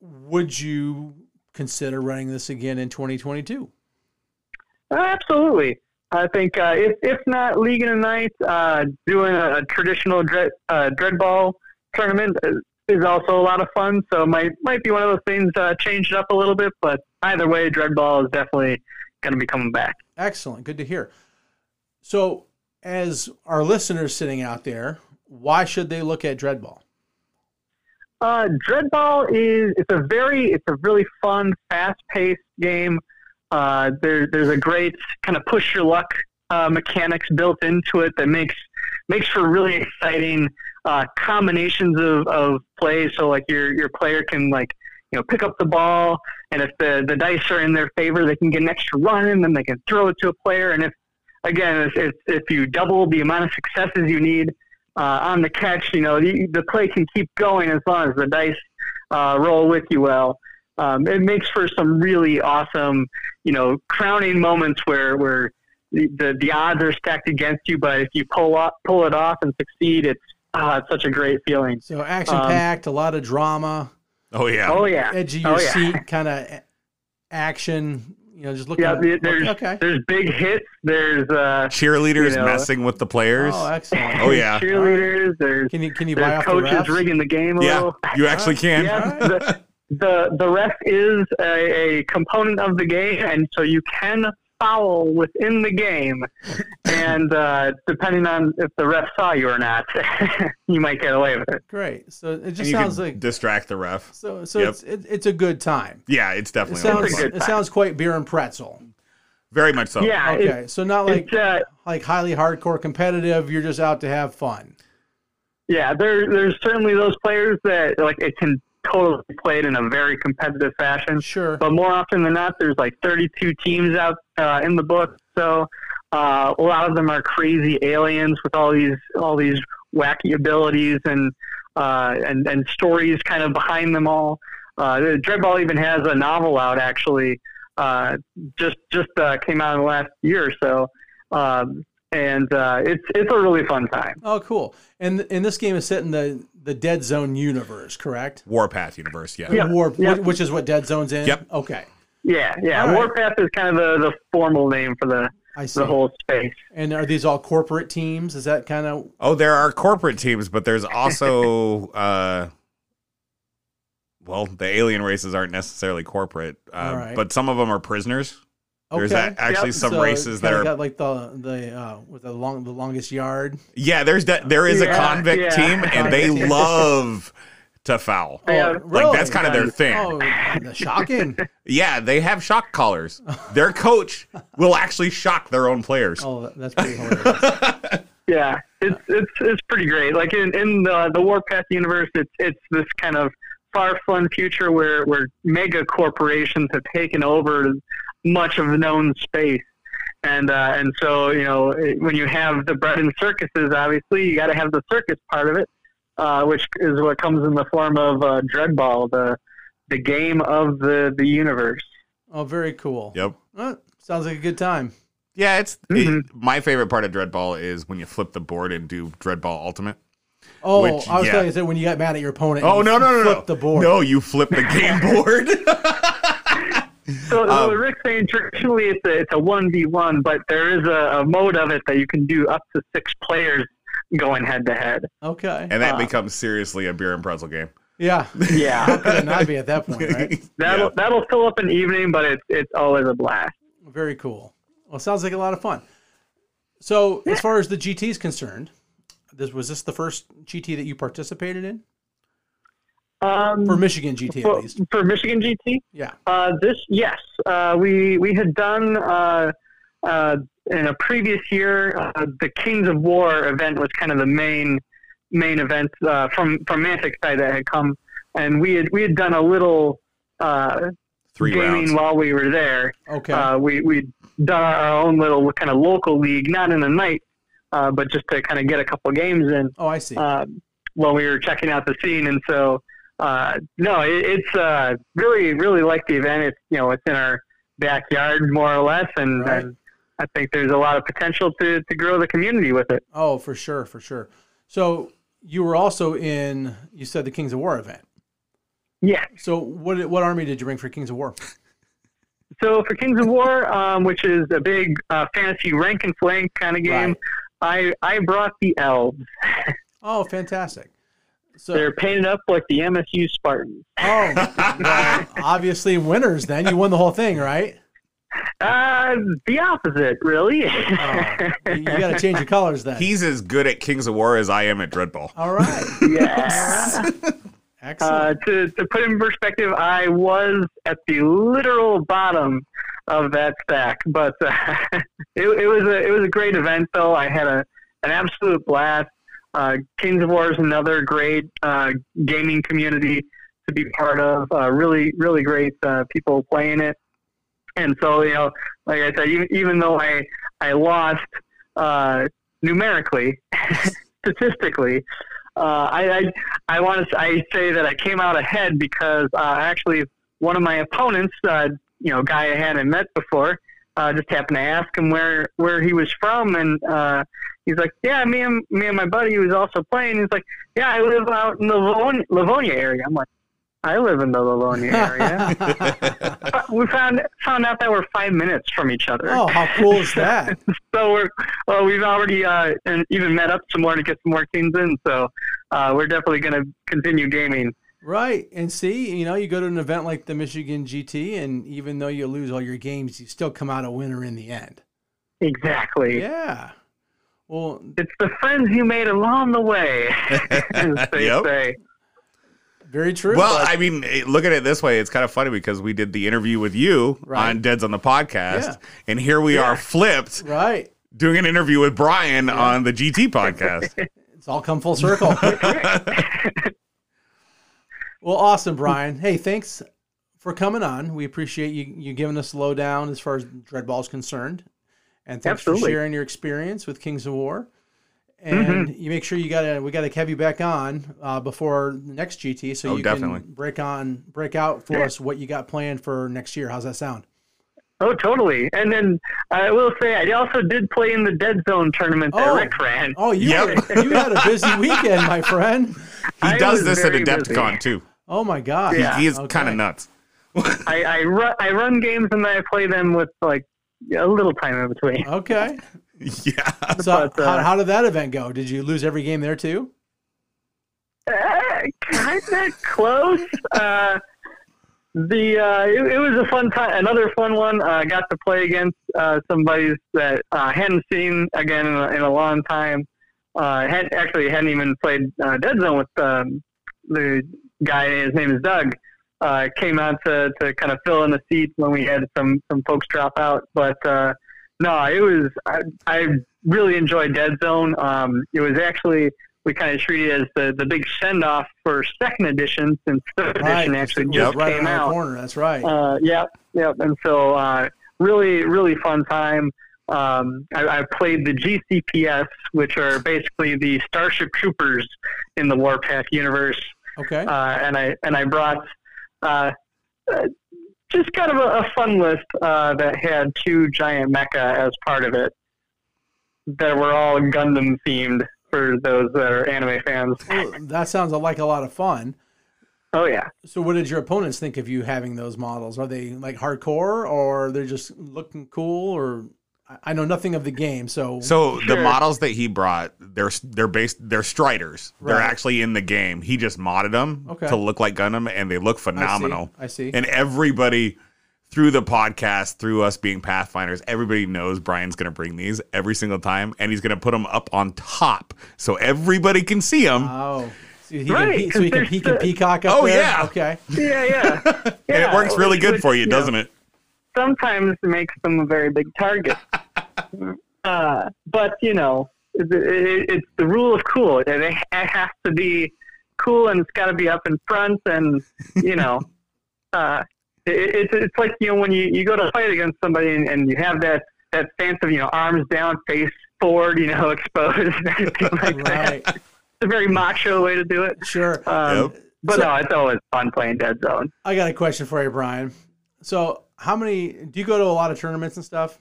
Speaker 2: would you consider running this again in 2022?
Speaker 5: Uh, Absolutely. I think uh, if if not League in a Night, uh, doing a, a traditional dread uh, dreadball tournament is- is also a lot of fun. So it might might be one of those things uh, change it up a little bit. But either way, dreadball is definitely going to be coming back.
Speaker 2: Excellent. Good to hear. So, as our listeners sitting out there, why should they look at Dreadball?
Speaker 5: Uh, Dreadball is it's a very it's a really fun, fast paced game. Uh, there, there's a great kind of push your luck uh, mechanics built into it that makes makes for really exciting uh, combinations of, of plays. So like your your player can like you know pick up the ball, and if the, the dice are in their favor, they can get an extra run, and then they can throw it to a player. And if again if if, if you double the amount of successes you need, uh, on the catch, you know, the, the play can keep going as long as the dice uh, roll with you well. Um, it makes for some really awesome, you know, crowning moments where, where the, the, the odds are stacked against you, but if you pull off, pull it off and succeed, it's, uh, it's such a great feeling.
Speaker 2: So, action packed, a lot of drama,
Speaker 3: Oh yeah.
Speaker 5: Oh yeah.
Speaker 2: edge of your
Speaker 5: Um, Oh yeah.
Speaker 2: seat kind of action. You know, just looking.
Speaker 5: Yeah.
Speaker 2: at,
Speaker 5: there- There's,
Speaker 2: okay.
Speaker 5: there's big hits. There's, uh,
Speaker 3: Cheerleaders
Speaker 5: You know.
Speaker 3: messing with the players.
Speaker 2: Oh, excellent.
Speaker 3: Oh, yeah.
Speaker 5: cheerleaders. There's,
Speaker 2: Can you can you buy
Speaker 5: there's
Speaker 2: off the
Speaker 5: coaches
Speaker 2: refs?
Speaker 5: rigging the game a
Speaker 3: yeah.
Speaker 5: little.
Speaker 3: You actually can.
Speaker 5: Yes, the, the the ref is a, a component of the game, and so you can foul within the game, and uh, depending on if the ref saw you or not, you might get away with it.
Speaker 2: Great. So it
Speaker 3: And
Speaker 2: just
Speaker 3: you can
Speaker 2: sounds like
Speaker 3: distract the ref.
Speaker 2: so. So
Speaker 3: Yep.
Speaker 2: it's it, it's a good time.
Speaker 3: Yeah, it's
Speaker 2: It
Speaker 3: definitely a lot of
Speaker 2: sounds
Speaker 5: It's a
Speaker 3: fun.
Speaker 5: good
Speaker 2: it
Speaker 5: time.
Speaker 2: sounds quite beer and pretzel.
Speaker 3: very much so.
Speaker 5: Yeah,
Speaker 2: Okay, so not
Speaker 5: it's,
Speaker 2: like
Speaker 5: it's uh,
Speaker 2: like highly hardcore competitive. You're just out to have fun.
Speaker 5: Yeah, there, there's certainly those players that like it can totally be played in a very competitive fashion.
Speaker 2: Sure.
Speaker 5: But more often than not, there's like 32 teams out uh, in the book, so uh, a lot of them are crazy aliens with all these all these wacky abilities and uh, and and stories kind of behind them all. Uh, Dreadball even has a novel out actually, uh, just just uh, came out in the last year or so, um, and uh, it's it's a really fun time.
Speaker 2: Oh, cool. And and this game is set in the the Dead Zone universe, correct?
Speaker 3: Warpath universe. Yeah.
Speaker 5: Yeah.
Speaker 2: War,
Speaker 5: yeah.
Speaker 2: whi- which is what Dead Zone's in.
Speaker 3: Yep.
Speaker 2: Okay,
Speaker 5: Yeah, yeah.
Speaker 2: All right.
Speaker 5: Warpath is kind of the, the formal name for the,
Speaker 2: I see.
Speaker 5: the whole space.
Speaker 2: and are these all corporate teams? Is that kind of
Speaker 3: Oh, there are corporate teams, but there's also uh well, the alien races aren't necessarily corporate, uh,
Speaker 2: All right.
Speaker 3: but some of them are prisoners.
Speaker 2: okay?
Speaker 3: There's a- actually
Speaker 5: Yep.
Speaker 3: some
Speaker 2: So
Speaker 3: races that
Speaker 2: kinda
Speaker 3: are
Speaker 2: got like the the uh, with the long the longest yard.
Speaker 3: Yeah, there's de- there is a
Speaker 5: Yeah,
Speaker 3: convict
Speaker 5: yeah.
Speaker 3: team and they
Speaker 2: Convict team.
Speaker 3: love to foul.
Speaker 5: Yeah.
Speaker 2: oh,
Speaker 3: Like that's kind of their thing.
Speaker 2: Oh, the shocking!
Speaker 3: Yeah, they have shock collars. Their coach will actually shock their own players.
Speaker 2: Oh, that's pretty hilarious.
Speaker 5: Yeah, it's it's it's pretty great. Like in, in the the Warpath universe, it's it's this kind of far flung future where where mega corporations have taken over much of known space. And, uh, and so you know when you have the bread and circuses, obviously you got to have the circus part of it, uh, which is what comes in the form of uh, Dreadball, the the game of the the universe.
Speaker 2: Oh, very cool.
Speaker 3: Yep.
Speaker 2: Well, sounds like a good time.
Speaker 3: Yeah, it's it-
Speaker 5: Mhm.
Speaker 3: my favorite part of Dreadball is when you flip the board and do Dreadball Ultimate.
Speaker 2: Oh,
Speaker 3: Which-
Speaker 2: I was
Speaker 3: yeah.
Speaker 2: going to say when you got mad at your opponent.
Speaker 3: Oh
Speaker 2: you
Speaker 3: no no no no!
Speaker 2: flipped the board.
Speaker 3: No, you flip the game board.
Speaker 5: So,
Speaker 3: Um,
Speaker 5: so Rick's saying traditionally it's a it's a one v one, but there is a, a mode of it that you can do up to six players going head to head.
Speaker 2: Okay.
Speaker 3: and that
Speaker 5: Uh,
Speaker 3: becomes seriously a beer and pretzel game.
Speaker 2: Yeah.
Speaker 5: Yeah,
Speaker 2: Could not be at that point, right?
Speaker 5: that'll
Speaker 3: Yeah.
Speaker 5: that'll fill up an evening, but it's it's always a blast.
Speaker 2: Very cool. Well, sounds like a lot of fun. So, as far as the GT is concerned, this was this the first GT that you participated in
Speaker 5: Um,
Speaker 2: for Michigan GT at
Speaker 5: for,
Speaker 2: least?
Speaker 5: for Michigan GT,
Speaker 2: Yeah.
Speaker 5: uh, this yes, uh, we we had done uh, uh, in a previous year uh, the Kings of War event was kind of the main main event uh, from from Mantic side that had come, and we had we had done a little. Uh,
Speaker 3: Three
Speaker 5: gaming
Speaker 3: rounds.
Speaker 5: while we were there.
Speaker 2: Okay.
Speaker 5: Uh, we we done our own little kind of local league, not in the night, uh, but just to kind of get a couple games in
Speaker 2: oh, I see.
Speaker 5: uh, while we were checking out the scene. And so, uh, no, it, it's uh, really really like the event. It's you know it's in our backyard more or less, and,
Speaker 2: Right.
Speaker 5: and I think there's a lot of potential to to grow the community with it.
Speaker 2: oh, for sure, for sure. So, you were also in you said the Kings of War event.
Speaker 5: Yeah.
Speaker 2: So, what what army did you bring for Kings of War?
Speaker 5: So for Kings of War, um, which is a big uh, fantasy rank and flank kind of game,
Speaker 2: Right.
Speaker 5: I I brought the elves.
Speaker 2: Oh, fantastic. So,
Speaker 5: They're painted up like the MSU Spartans.
Speaker 2: oh, well, obviously winners. Then you won the whole thing, right?
Speaker 5: Uh, the opposite, really.
Speaker 2: Oh, you got to change your colors then.
Speaker 3: He's as good at Kings of War as I am at Dreadball.
Speaker 2: All right.
Speaker 5: yeah. Uh,
Speaker 2: Excellent.
Speaker 5: to, to put in perspective, I was at the literal bottom of that stack, but uh, it, it was a it was a great event though. I had a an absolute blast. Uh, Kings of War is another great uh, gaming community to be part of. Uh, really, really great uh, people playing it. And so, you know, like I said, even, even though I I lost uh, numerically, statistically, uh, I, I I want to I say that I came out ahead because uh, actually one of my opponents, uh, you know, guy I hadn't met before, uh, just happened to ask him where where he was from, and uh, he's like, "Yeah, me and me and my buddy who was also playing." He's like, "Yeah, I live out in the Livon- Livonia area." I'm like, "I live in the Livonia area." But we found found out that we're five minutes from each other,
Speaker 2: oh, how cool is that?
Speaker 5: so we're well, we've already uh, and even met up some more to get some more teams in. So uh, we're definitely going to continue gaming
Speaker 2: Right. And see, you know, you go to an event like the Michigan GT, and even though you lose all your games, you still come out a winner in the end.
Speaker 5: Exactly.
Speaker 2: Yeah. Well,
Speaker 5: It's the friends you made along the way, as they
Speaker 3: Yep.
Speaker 5: say.
Speaker 2: very true.
Speaker 3: Well, I mean, eh, look at it this way. It's kind of funny because we did the interview with you
Speaker 2: Right.
Speaker 3: on Deads on the podcast,
Speaker 2: Yeah.
Speaker 3: and here we are flipped
Speaker 2: right.
Speaker 3: doing an interview with Brian on the GT podcast.
Speaker 2: It's all come full circle. well, awesome, Brian. Hey, thanks for coming on. We appreciate you, you giving us a lowdown as far as Dreadball is concerned. And thanks for
Speaker 5: Absolutely.
Speaker 2: sharing your experience with Kings of War.
Speaker 3: Mm-hmm.
Speaker 2: And you make sure you gotta we gotta have you back on uh, before the next GT so
Speaker 3: Oh,
Speaker 2: you
Speaker 3: definitely.
Speaker 2: can break on break out for us what you got planned for next year. How's that sound?
Speaker 5: Oh, totally. And then I will say, I also did play in the Dead Zone tournament that
Speaker 2: Oh.
Speaker 5: Rick ran.
Speaker 2: Oh, you
Speaker 3: Yep.
Speaker 2: were- you had a busy weekend, my friend.
Speaker 3: He
Speaker 5: I
Speaker 3: does
Speaker 5: was
Speaker 3: this at
Speaker 5: very
Speaker 3: Adepticon
Speaker 5: busy.
Speaker 3: too.
Speaker 2: Oh my god.
Speaker 5: Yeah.
Speaker 3: He is
Speaker 2: Okay.
Speaker 3: kind of nuts.
Speaker 5: I, I, run, I run games and I play them with like a little time in between.
Speaker 2: Okay.
Speaker 3: Yeah.
Speaker 2: So
Speaker 5: But,
Speaker 2: how,
Speaker 5: uh,
Speaker 2: how did that event go? Did you lose every game there too?
Speaker 5: Uh, kind of close. Uh, the uh, it, it was a fun time. Another fun one. Uh, I got to play against uh, some buddies that uh, hadn't seen again in a, in a long time. Uh, had actually hadn't even played uh, Dead Zone with um, the guy. His name is Doug. Uh, came out to, to kind of fill in the seat when we had some some folks drop out, but. Uh, no, it was. I, I really enjoyed Dead Zone. Um, it was actually we kind of treat it as the, the big send off for second edition since third edition actually
Speaker 2: It was
Speaker 5: just
Speaker 2: right
Speaker 5: came
Speaker 2: around the
Speaker 5: out.
Speaker 2: corner. That's right.
Speaker 5: Uh, yep, yep. And so, uh, really, really fun time. Um, I, I played the GCPS, which are basically the Starship Troopers in the Warpath universe,
Speaker 2: okay.
Speaker 5: uh, and I and I brought uh, uh, just kind of a, a fun list uh, that had two giant mecha as part of it that were all Gundam themed for those that are anime fans.
Speaker 2: Well, that sounds like a lot of fun.
Speaker 5: Oh yeah.
Speaker 2: So, what did your opponents think of you having those models? Are they like hardcore, or they're just looking cool? Or I- I know nothing of the game, so,
Speaker 3: So the
Speaker 5: Sure.
Speaker 3: models that he brought, they're they're based they're striders. They're
Speaker 2: Right.
Speaker 3: actually in the game. He just modded them
Speaker 2: Okay.
Speaker 3: to look like Gundam, and they look
Speaker 2: I see,
Speaker 3: phenomenal.
Speaker 2: I see.
Speaker 3: And everybody through the podcast, through us being Pathfinders, everybody knows Brian's going to bring these every single time, and he's going to put them up on top so everybody can see them.
Speaker 2: oh, so he,
Speaker 5: Right,
Speaker 2: can, pe- so he, can,
Speaker 5: 'cause there's
Speaker 2: he can
Speaker 5: the-
Speaker 2: peacock up
Speaker 3: Oh,
Speaker 2: there?
Speaker 3: yeah.
Speaker 2: Okay.
Speaker 5: Yeah, yeah.
Speaker 3: and
Speaker 5: Yeah,
Speaker 3: it works really
Speaker 5: which-
Speaker 3: good for
Speaker 5: which,
Speaker 3: you,
Speaker 5: know,
Speaker 3: doesn't it?
Speaker 5: sometimes makes them a very big target. uh, but you know, it, it, it's the rule of cool. It, it has to be cool, and it's got to be up in front, and you know, uh, it, it's it's like you know when you, you go to fight against somebody and, and you have that that stance of you know arms down, face forward, you know, exposed, and everything like that.
Speaker 2: Right.
Speaker 5: It's a very macho way to do it.
Speaker 2: Sure.
Speaker 5: Um,
Speaker 3: Yep.
Speaker 5: But
Speaker 2: So-
Speaker 5: no, it's always fun playing Dead Zone.
Speaker 2: I got a question for you, Brian. So, how many do you go to a lot of tournaments and stuff?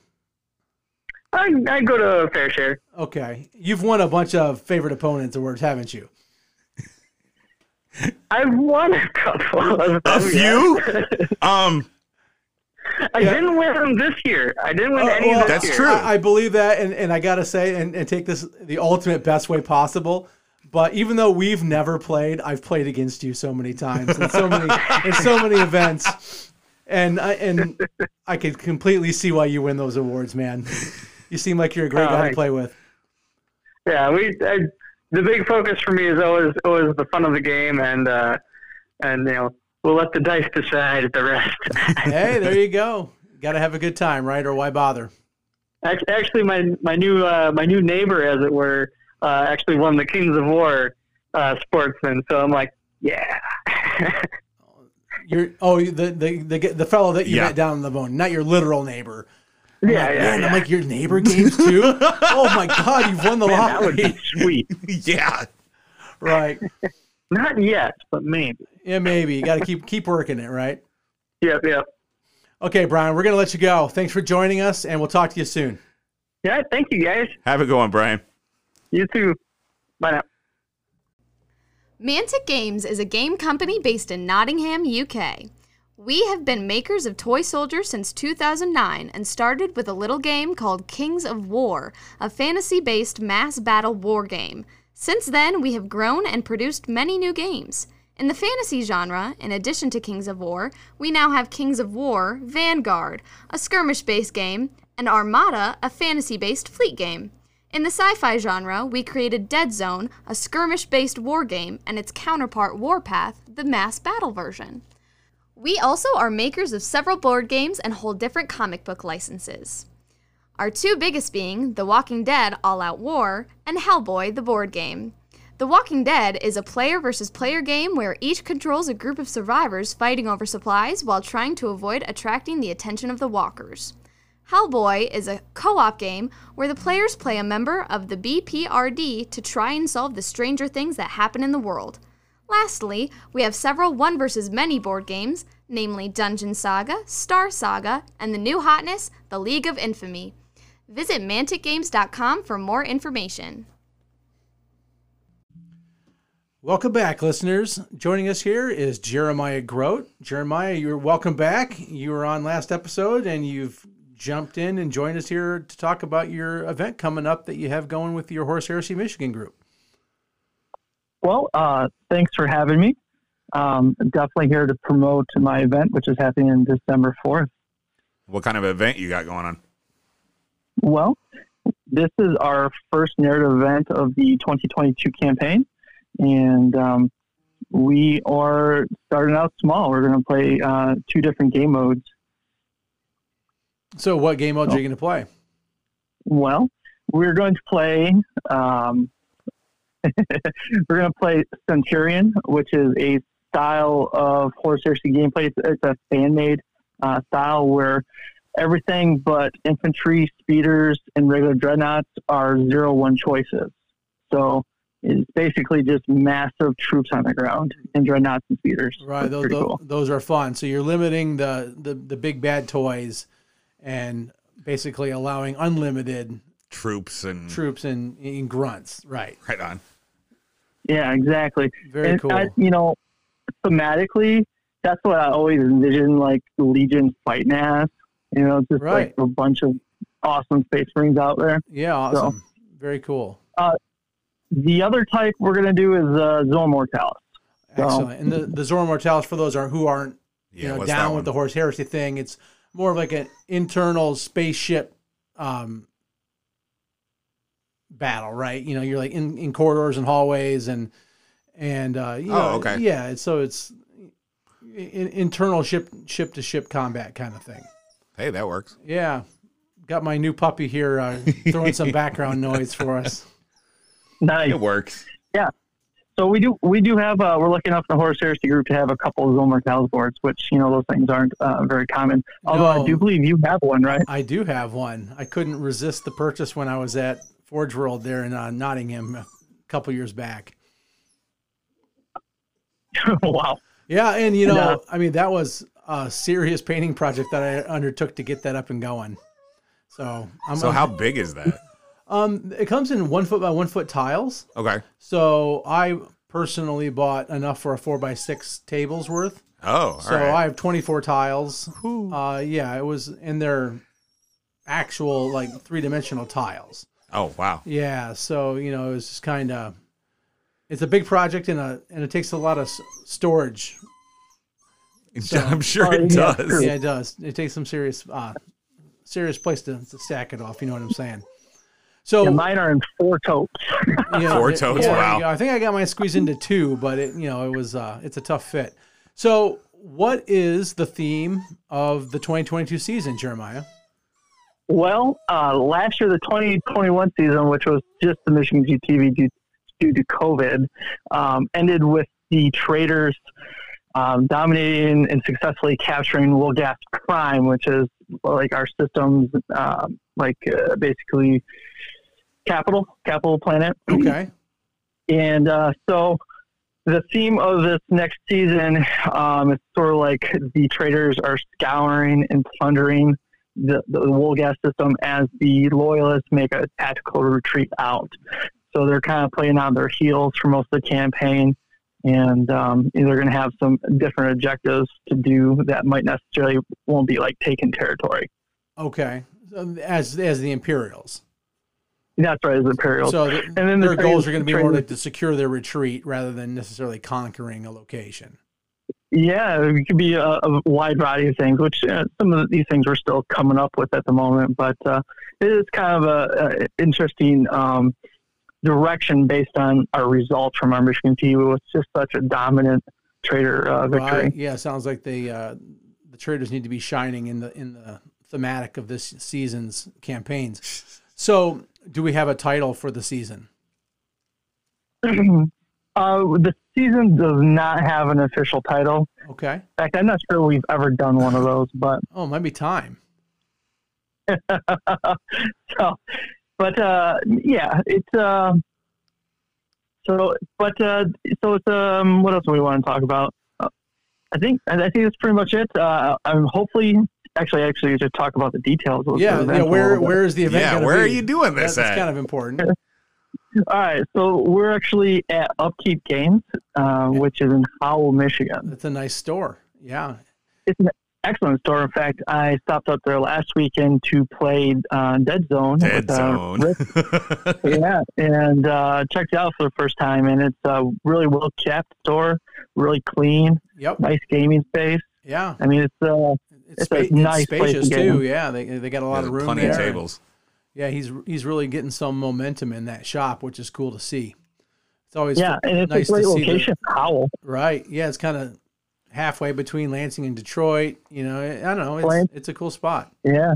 Speaker 5: I, I go to a fair share.
Speaker 2: Okay, you've won a bunch of favorite opponents awards, haven't you?
Speaker 5: I've won a couple of them.
Speaker 3: A
Speaker 5: Oh, yeah.
Speaker 3: few? um,
Speaker 5: I
Speaker 2: Yeah.
Speaker 5: didn't win them this year. I didn't win
Speaker 2: Oh,
Speaker 5: any
Speaker 2: well,
Speaker 5: of this
Speaker 3: That's
Speaker 5: year.
Speaker 3: true.
Speaker 2: I, I believe that, and, and I gotta say, and, and take this the ultimate best way possible. But even though we've never played, I've played against you so many times in so many in so many events, and I and I could completely see why you win those awards, man. You seem like you're a great
Speaker 5: Oh,
Speaker 2: guy to
Speaker 5: thanks.
Speaker 2: play with.
Speaker 5: Yeah, we. I, the big focus for me is always always the fun of the game, and uh, and you know we'll let the dice decide the rest.
Speaker 2: Hey, there you go. Got to have a good time, right? Or why bother?
Speaker 5: Act- actually, my my new uh, my new neighbor, as it were, uh, actually won the Kings of War uh, sportsman. So I'm like, yeah.
Speaker 2: You're oh the the the, the fellow that you
Speaker 3: Yeah.
Speaker 2: met down in the bone, not your literal neighbor.
Speaker 5: Yeah,
Speaker 2: Like,
Speaker 5: yeah,
Speaker 2: man,
Speaker 5: yeah.
Speaker 2: I'm like your neighbor games too. oh my god, you've won the
Speaker 5: That would
Speaker 2: lottery,
Speaker 5: be sweet.
Speaker 3: yeah.
Speaker 2: right?
Speaker 5: Not yet, but maybe.
Speaker 2: Yeah, maybe you got to keep keep working it, right?
Speaker 5: Yep, yep.
Speaker 2: Okay, Brian, we're gonna let you go. Thanks for joining us, and we'll talk to you soon.
Speaker 5: Yeah, thank you guys.
Speaker 3: Have it going, Brian.
Speaker 5: You too. Bye now.
Speaker 4: Mantic Games is a game company based in Nottingham, UK. We have been makers of toy soldiers since 2009 and started with a little game called Kings of War, a fantasy based mass battle war game. Since then, we have grown and produced many new games. In the fantasy genre, in addition to Kings of War, we now have Kings of War Vanguard, a skirmish based game, and Armada, a fantasy based fleet game. In the sci fi genre, we created Dead Zone, a skirmish based war game, and its counterpart Warpath, the mass battle version. We also are makers of several board games and hold different comic book licenses. Our two biggest being The Walking Dead All Out War and Hellboy the board game. The Walking Dead is a player versus player game where each controls a group of survivors fighting over supplies while trying to avoid attracting the attention of the walkers. Hellboy is a co op game where the players play a member of the BPRD to try and solve the stranger things that happen in the world. Lastly, we have several one versus many board games, namely Dungeon Saga, Star Saga, and the new hotness, The League of Infamy. Visit manticgames.com for more information.
Speaker 2: Welcome back, listeners. Joining us here is Jeremiah Grote. Jeremiah, you're welcome back. You were on last episode and you've jumped in and joined us here to talk about your event coming up that you have going with your Horse Heresy Michigan group.
Speaker 5: Well, uh, thanks for having me. Um, I'm definitely here to promote my event, which is happening December 4th.
Speaker 3: What kind of event you got going on?
Speaker 5: Well, this is our first narrative event of the 2022 campaign, and um, we are starting out small. We're going to play uh, two different game modes.
Speaker 2: So, what game mode are you
Speaker 5: Oh.
Speaker 2: going to play?
Speaker 5: Well, we're going to play. Um, we're going to play Centurion, which is a style of horse racing gameplay. It's, it's a fan-made uh, style where everything but infantry, speeders, and regular dreadnoughts are zero-one choices. So it's basically just massive troops on the ground and dreadnoughts and speeders.
Speaker 2: Right,
Speaker 5: It's
Speaker 2: those,
Speaker 5: pretty
Speaker 2: those,
Speaker 5: cool.
Speaker 2: those are fun. So, you're limiting the, the, the big bad toys and basically allowing unlimited
Speaker 3: Troops
Speaker 5: Mm.
Speaker 3: and
Speaker 2: troops and, and grunts. Right.
Speaker 3: right on.
Speaker 5: Yeah, exactly.
Speaker 2: Very
Speaker 5: And
Speaker 2: cool.
Speaker 5: I, you know, thematically, that's what I always envision, like Legion fighting ass. You know, just
Speaker 2: Right.
Speaker 5: like a bunch of awesome Space Marines out there.
Speaker 2: yeah, awesome. Very cool.
Speaker 5: The other type we're gonna do is uh, Zone Mortalis. So-
Speaker 2: Excellent. And the, the Zora Mortalis, for those are, who aren't you
Speaker 3: Yeah,
Speaker 2: know
Speaker 3: what's that
Speaker 2: down
Speaker 3: one?
Speaker 2: with the horse heresy thing, it's more of like an internal spaceship um, battle, right? You know, you're like in, in corridors and hallways and and uh, you
Speaker 3: Oh,
Speaker 2: know,
Speaker 3: okay.
Speaker 2: yeah. it's- So it's in, internal ship ship to ship combat kind of thing.
Speaker 3: Hey, that works.
Speaker 2: Yeah, got my new puppy here uh, throwing some background noise for us.
Speaker 5: Nice.
Speaker 3: It works.
Speaker 5: So we do we do have uh, we're lucky enough in the horse heresy group to have a couple of Zone Mortalis boards, which you know those things aren't uh, very common. Although
Speaker 2: No.
Speaker 5: I do believe you have one, right?
Speaker 2: I do have one. I couldn't resist the purchase when I was at Forge World there in uh, Nottingham a couple years back.
Speaker 5: wow.
Speaker 2: Yeah, and you know,
Speaker 5: And, uh,
Speaker 2: I mean, that was a serious painting project that I undertook to get that up and going. So, I'm,
Speaker 3: So how big is that?
Speaker 2: um, it comes in one foot by one foot tiles.
Speaker 3: Okay.
Speaker 2: So I personally bought enough for a four by six tables worth.
Speaker 3: Oh, all
Speaker 2: So I have 24 tiles. Uh, yeah, it was in their actual like three dimensional tiles.
Speaker 3: oh, wow.
Speaker 2: Yeah, so you know, it's just kind of it's a big project and a and it takes a lot of s- storage.
Speaker 3: I'm sure
Speaker 5: Oh,
Speaker 3: it does.
Speaker 5: yeah, true.
Speaker 2: Yeah, it does. It takes some serious uh serious place to, to stack it off, you know what I'm saying? So
Speaker 5: And mine are in four totes.
Speaker 2: you know,
Speaker 3: Four
Speaker 2: it-
Speaker 3: totes,
Speaker 2: yeah,
Speaker 3: wow.
Speaker 2: you know, I think I got mine squeezed into two, but it you know, it was uh it's a tough fit. So what is the theme of the 2022 season, Jeremiah?
Speaker 5: Well, uh, last year, the 2021 season, which was just the Michigan GTV due, due to COVID, um, ended with the traders um, dominating and successfully capturing Wolgast Prime, which is like our system's um, like uh, basically capital, capital planet.
Speaker 2: Okay.
Speaker 5: And uh, so the theme of this next season um, is sort of like the traders are scouring and plundering the, the wool gas system as the loyalists make a tactical retreat out. So they're kind of playing on their heels for most of the campaign. And um, they're going to have some different objectives to do that might necessarily won't be like taking territory.
Speaker 2: Okay. Um, As as the Imperials.
Speaker 5: That's right, it's Imperials.
Speaker 2: So th-
Speaker 5: and then the
Speaker 2: their goals are going to
Speaker 5: trains-
Speaker 2: be more
Speaker 5: trains-
Speaker 2: like to secure their retreat rather than necessarily conquering a location.
Speaker 5: Yeah, it could be a, a wide variety of things, which uh, some of these things we're still coming up with at the moment. But uh, it is kind of a, a interesting um, direction based on our result from our Michigan team. It was just such a dominant trader uh, victory.
Speaker 2: Right? Yeah, sounds like they uh, the traders need to be shining in the in the thematic of this season's campaigns. So, do we have a title for the season?
Speaker 5: uh, the season does not have an official title.
Speaker 2: Okay.
Speaker 5: In fact, I'm not sure we've ever done one of those, but
Speaker 2: Oh, it might be time.
Speaker 5: so, but uh, yeah, it's uh, so. But uh, so it's um. What else do we want to talk about? Uh, I think I think that's pretty much it. Uh, I'm hopefully actually actually we should talk about the details. Of
Speaker 2: Yeah.
Speaker 5: the
Speaker 2: Yeah.
Speaker 5: event a
Speaker 2: Where
Speaker 5: little bit.
Speaker 2: Where is the event?
Speaker 3: yeah,
Speaker 2: gonna
Speaker 3: where are
Speaker 2: be?
Speaker 3: you doing
Speaker 2: That-
Speaker 3: this
Speaker 2: that's
Speaker 3: at?
Speaker 2: kind of important.
Speaker 5: All right, so we're actually at Upkeep Games, uh, which is in Howell, Michigan.
Speaker 2: That's a nice store. Yeah.
Speaker 5: It's an excellent store. In fact, I stopped up there last weekend to play uh, Dead Zone.
Speaker 3: Dead
Speaker 5: with, uh,
Speaker 3: zone.
Speaker 5: Rick yeah, and uh, checked it out for the first time, and it's a really well kept store, really clean,
Speaker 2: Yep.
Speaker 5: nice gaming space.
Speaker 2: Yeah.
Speaker 5: I mean, it's uh,
Speaker 2: It's,
Speaker 5: It's a
Speaker 2: spa- it's
Speaker 5: nice place
Speaker 2: spacious
Speaker 5: to get
Speaker 2: too. Yeah. They they got a lot
Speaker 3: There's
Speaker 2: of room
Speaker 3: plenty
Speaker 2: there.
Speaker 3: of tables.
Speaker 2: Yeah. He's he's really getting some momentum in that shop, which is cool to see. It's always
Speaker 5: yeah, and it's
Speaker 2: nice to
Speaker 5: a great
Speaker 2: see the-
Speaker 5: location. Howell,
Speaker 2: Right. Yeah, it's kind of halfway between Lansing and Detroit. You know, I don't know. It's,
Speaker 5: Lance-
Speaker 2: it's a cool spot.
Speaker 5: yeah,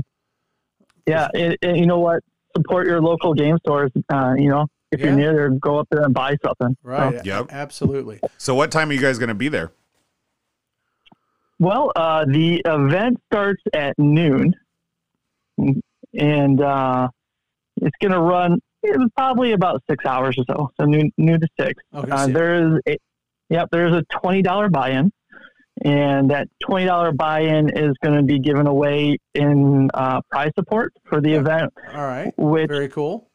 Speaker 5: yeah, and, and you know what? Support your local game stores. Uh, you know, if
Speaker 2: Yeah.
Speaker 5: you're near there, go up there and buy something.
Speaker 2: Right.
Speaker 5: So,
Speaker 3: Yep.
Speaker 2: Absolutely.
Speaker 3: So what time are you guys going to be there?
Speaker 5: well, uh, the event starts at noon, and uh, it's going to run. It was probably about six hours or so, so noon, noon to six.
Speaker 2: Okay.
Speaker 5: Uh,
Speaker 2: so-
Speaker 5: there is a, yep, there is a twenty dollar buy-in, and that twenty dollar buy-in is going to be given away in uh, prize support for the event.
Speaker 2: all right.
Speaker 5: Which
Speaker 2: Very cool.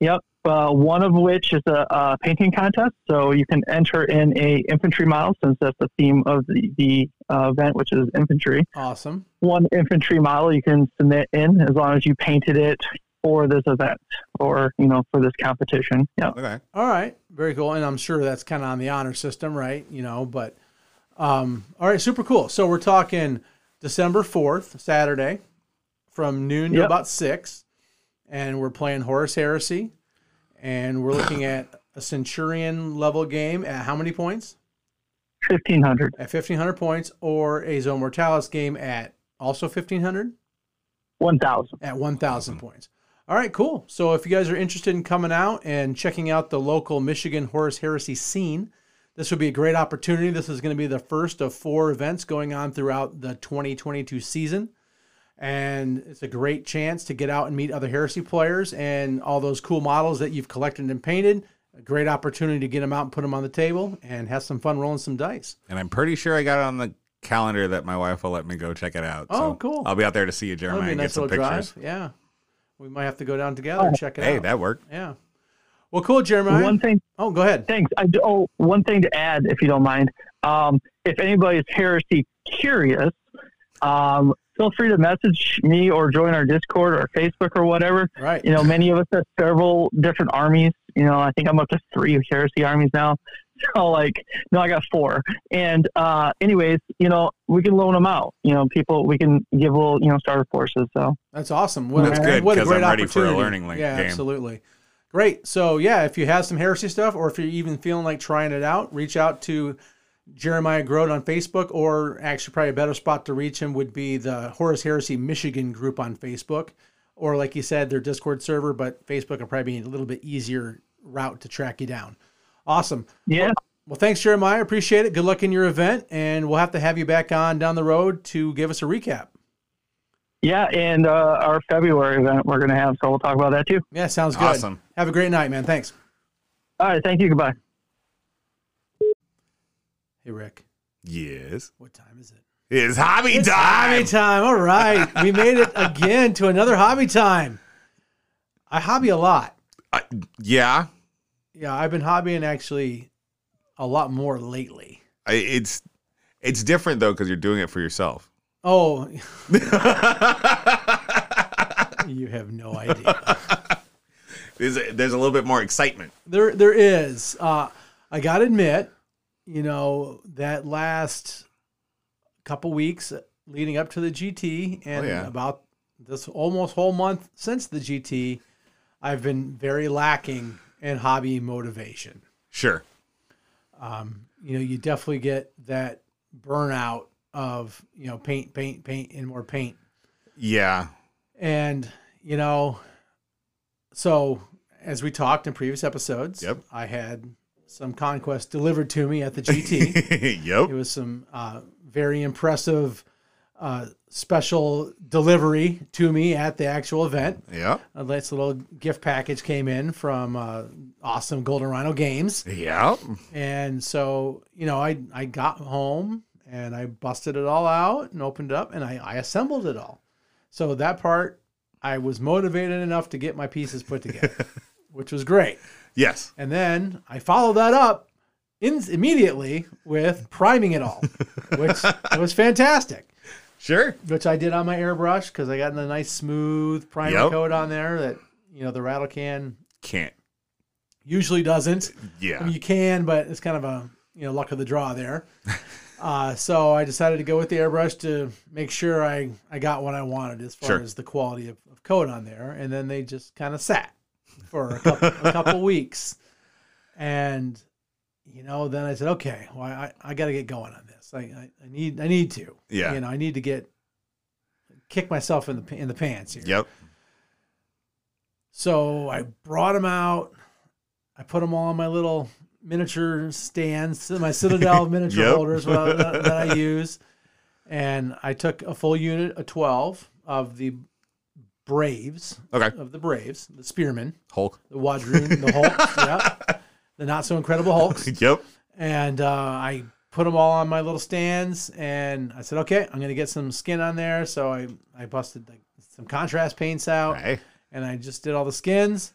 Speaker 5: yep, uh, one of which is a, a painting contest. So you can enter in a infantry model since that's the theme of the, the uh, event, which is infantry.
Speaker 2: Awesome.
Speaker 5: One infantry model you can submit in as long as you painted it for this event or you know for this competition. Yep.
Speaker 3: Okay.
Speaker 2: All right. Very cool. And I'm sure that's kind of on the honor system, right? You know, but um, all right. Super cool. So we're talking December 4th, Saturday, from noon to
Speaker 5: Yep.
Speaker 2: about six. And we're playing Horus Heresy. And we're looking at a Centurion level game at how many points?
Speaker 5: Fifteen hundred.
Speaker 2: at 1500 points or a Zone Mortalis game at also 1500
Speaker 5: One thousand.
Speaker 2: at 1000 points. All right, cool. So if you guys are interested in coming out and checking out the local Michigan Horse Heresy scene, this would be a great opportunity. This is going to be the first of four events going on throughout the 2022 season. And it's a great chance to get out and meet other heresy players and all those cool models that you've collected and painted. A great opportunity to get them out and put them on the table and have some fun rolling some dice.
Speaker 3: And I'm pretty sure I got it on the calendar that my wife will let me go check it out.
Speaker 2: Oh,
Speaker 3: so
Speaker 2: cool.
Speaker 3: I'll be out there to see you, Jeremiah,
Speaker 2: That'd be a
Speaker 3: and get
Speaker 2: nice
Speaker 3: some
Speaker 2: little
Speaker 3: pictures.
Speaker 2: drive. Yeah. We might have to go down together and check it
Speaker 3: Hey,
Speaker 2: out.
Speaker 3: that worked.
Speaker 2: yeah. Well, cool, Jeremiah.
Speaker 5: One thing
Speaker 2: oh, go ahead.
Speaker 5: Thanks. I do, oh, one thing to add, if you don't mind. Um, if anybody's heresy curious, um, feel free to message me or join our Discord or Facebook or whatever.
Speaker 2: Right.
Speaker 5: You know, many of us have several different armies. You know, I think I'm up to three heresy armies now. So, like, no, I got four. And, uh, anyways, you know, we can loan them out. You know, people, we can give little, you know, starter forces. So,
Speaker 2: That's awesome. What,
Speaker 5: That's
Speaker 3: good,
Speaker 2: What a
Speaker 3: 'cause
Speaker 2: great
Speaker 3: I'm ready for a
Speaker 2: opportunity.
Speaker 3: learning link
Speaker 2: yeah,
Speaker 3: game.
Speaker 2: absolutely. Great. So, yeah, if you have some heresy stuff or if you're even feeling like trying it out, reach out to Jeremiah Grode on Facebook, or actually, probably a better spot to reach him would be the Horus Heresy Michigan group on Facebook, or like you said, their Discord server, but Facebook will probably be a little bit easier route to track you down. Awesome.
Speaker 5: yeah.
Speaker 2: Well, thanks, Jeremiah. Appreciate it. Good luck in your event, and we'll have to have you back on down the road to give us a recap.
Speaker 5: Yeah. And uh, our February event we're going to have. So, we'll talk about that too.
Speaker 2: Yeah, sounds good.
Speaker 3: Awesome.
Speaker 2: Have a great night, man. Thanks.
Speaker 5: All right. Thank you. Goodbye.
Speaker 2: Hey, Rick.
Speaker 3: Yes.
Speaker 2: What time is it?
Speaker 3: It's hobby
Speaker 2: It's
Speaker 3: time.
Speaker 2: hobby time. All right, we made it again to another hobby time. I hobby a lot.
Speaker 3: I- yeah.
Speaker 2: Yeah, I've been hobbying actually a lot more lately.
Speaker 3: I- It's it's different though because you're doing it for yourself.
Speaker 2: Oh, you have no idea.
Speaker 3: There's a, there's a little bit more excitement.
Speaker 2: There, there is. Uh, I gotta admit, you know, that last couple weeks leading up to the GT and
Speaker 3: Oh, yeah.
Speaker 2: about this almost whole month since the GT, I've been very lacking in hobby motivation.
Speaker 3: Sure.
Speaker 2: Um, you know, you definitely get that burnout of you know paint, paint, paint, and more paint.
Speaker 3: Yeah.
Speaker 2: And, you know, so as we talked in previous episodes,
Speaker 3: Yep.
Speaker 2: I had some conquest delivered to me at the GT.
Speaker 3: yep.
Speaker 2: it was some uh, very impressive uh, special delivery to me at the actual event.
Speaker 3: Yep.
Speaker 2: A nice little gift package came in from uh, awesome Golden Rhino Games.
Speaker 3: Yep.
Speaker 2: And so, you know, I, I got home and I busted it all out and opened it up and I, I assembled it all. So that part, I was motivated enough to get my pieces put together, which was great.
Speaker 3: Yes.
Speaker 2: And then I followed that up in, immediately with priming it all, which was fantastic,
Speaker 3: Sure.
Speaker 2: which I did on my airbrush because I got a nice smooth primer
Speaker 3: Yep.
Speaker 2: coat on there that, you know, the rattle can
Speaker 3: Can't.
Speaker 2: usually doesn't. I
Speaker 3: Yeah.
Speaker 2: mean, you can, but it's kind of a you know luck of the draw there. uh, so I decided to go with the airbrush to make sure I, I got what I wanted as far
Speaker 3: Sure.
Speaker 2: as the quality of, of coat on there, and then they just kind of sat for a couple, a couple weeks, and you know then I said, okay, well I, I got to get going on this. I, I, I need I need to
Speaker 3: Yeah.
Speaker 2: you know I need to get kick myself in the pa- in the pants here.
Speaker 3: Yep.
Speaker 2: So I brought them out. I put them all on my little miniature stands, my Citadel miniature
Speaker 3: Yep.
Speaker 2: holders that, that I use. And I took a full unit, a 12 of the Braves,
Speaker 3: Okay.
Speaker 2: of the Braves, the Spearmen,
Speaker 3: Hulk.
Speaker 2: the Wadroon, the Hulk, yeah, the not so incredible Hulks.
Speaker 3: Yep.
Speaker 2: And uh, I put them all on my little stands. And I said, okay, I'm going to get some skin on there. So I, I busted like, some contrast paints out
Speaker 3: Hey.
Speaker 2: and I just did all the skins,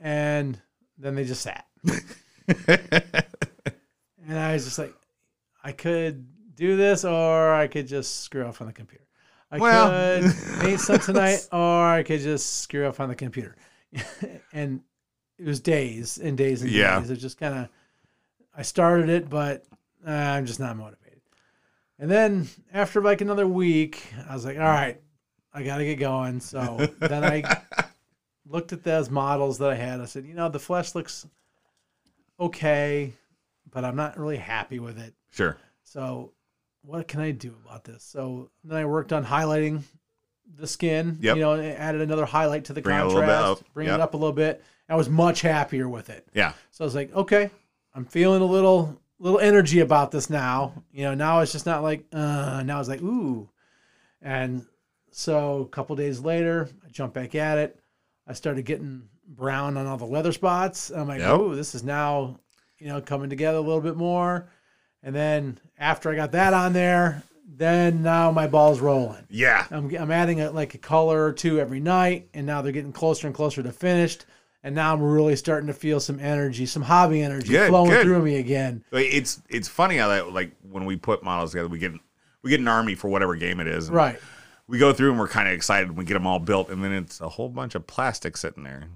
Speaker 2: and then they just sat. and I was just like, I could do this, or I could just screw off on the computer. I
Speaker 3: Well-
Speaker 2: could paint some tonight, or I could just screw off on the computer. and it was days and days and
Speaker 3: Yeah.
Speaker 2: days. It just kind of, I started it, but uh, I'm just not motivated. And then after like another week, I was like, all right, I got to get going. So then I looked at those models that I had. I said, you know, the flesh looks okay, but I'm not really happy with it.
Speaker 3: Sure.
Speaker 2: So what can I do about this? So then I worked on highlighting the skin.
Speaker 3: Yep.
Speaker 2: You know, and added another highlight to the
Speaker 3: Bring it a
Speaker 2: contrast.
Speaker 3: little bit up.
Speaker 2: Bring
Speaker 3: Yep.
Speaker 2: it up a little bit. I was much happier with it.
Speaker 3: Yeah.
Speaker 2: So I was like, okay, I'm feeling a little little energy about this now. You know, now it's just not like uh now it's like ooh. And so a couple days later, I jump back at it. I started getting brown on all the leather spots. I'm like,
Speaker 3: Yep.
Speaker 2: oh, this is now, you know, coming together a little bit more. And then after I got that on there, then now my ball's rolling.
Speaker 3: Yeah.
Speaker 2: I'm, I'm adding a, like a color or two every night, and now they're getting closer and closer to finished. And now I'm really starting to feel some energy, some hobby energy
Speaker 3: Good,
Speaker 2: flowing
Speaker 3: good.
Speaker 2: through me again.
Speaker 3: Like, It's it's funny how that like when we put models together, we get we get an army for whatever game it is. and
Speaker 2: Right.
Speaker 3: We go through and we're kind of excited. when We get them all built, and then it's a whole bunch of plastic sitting there,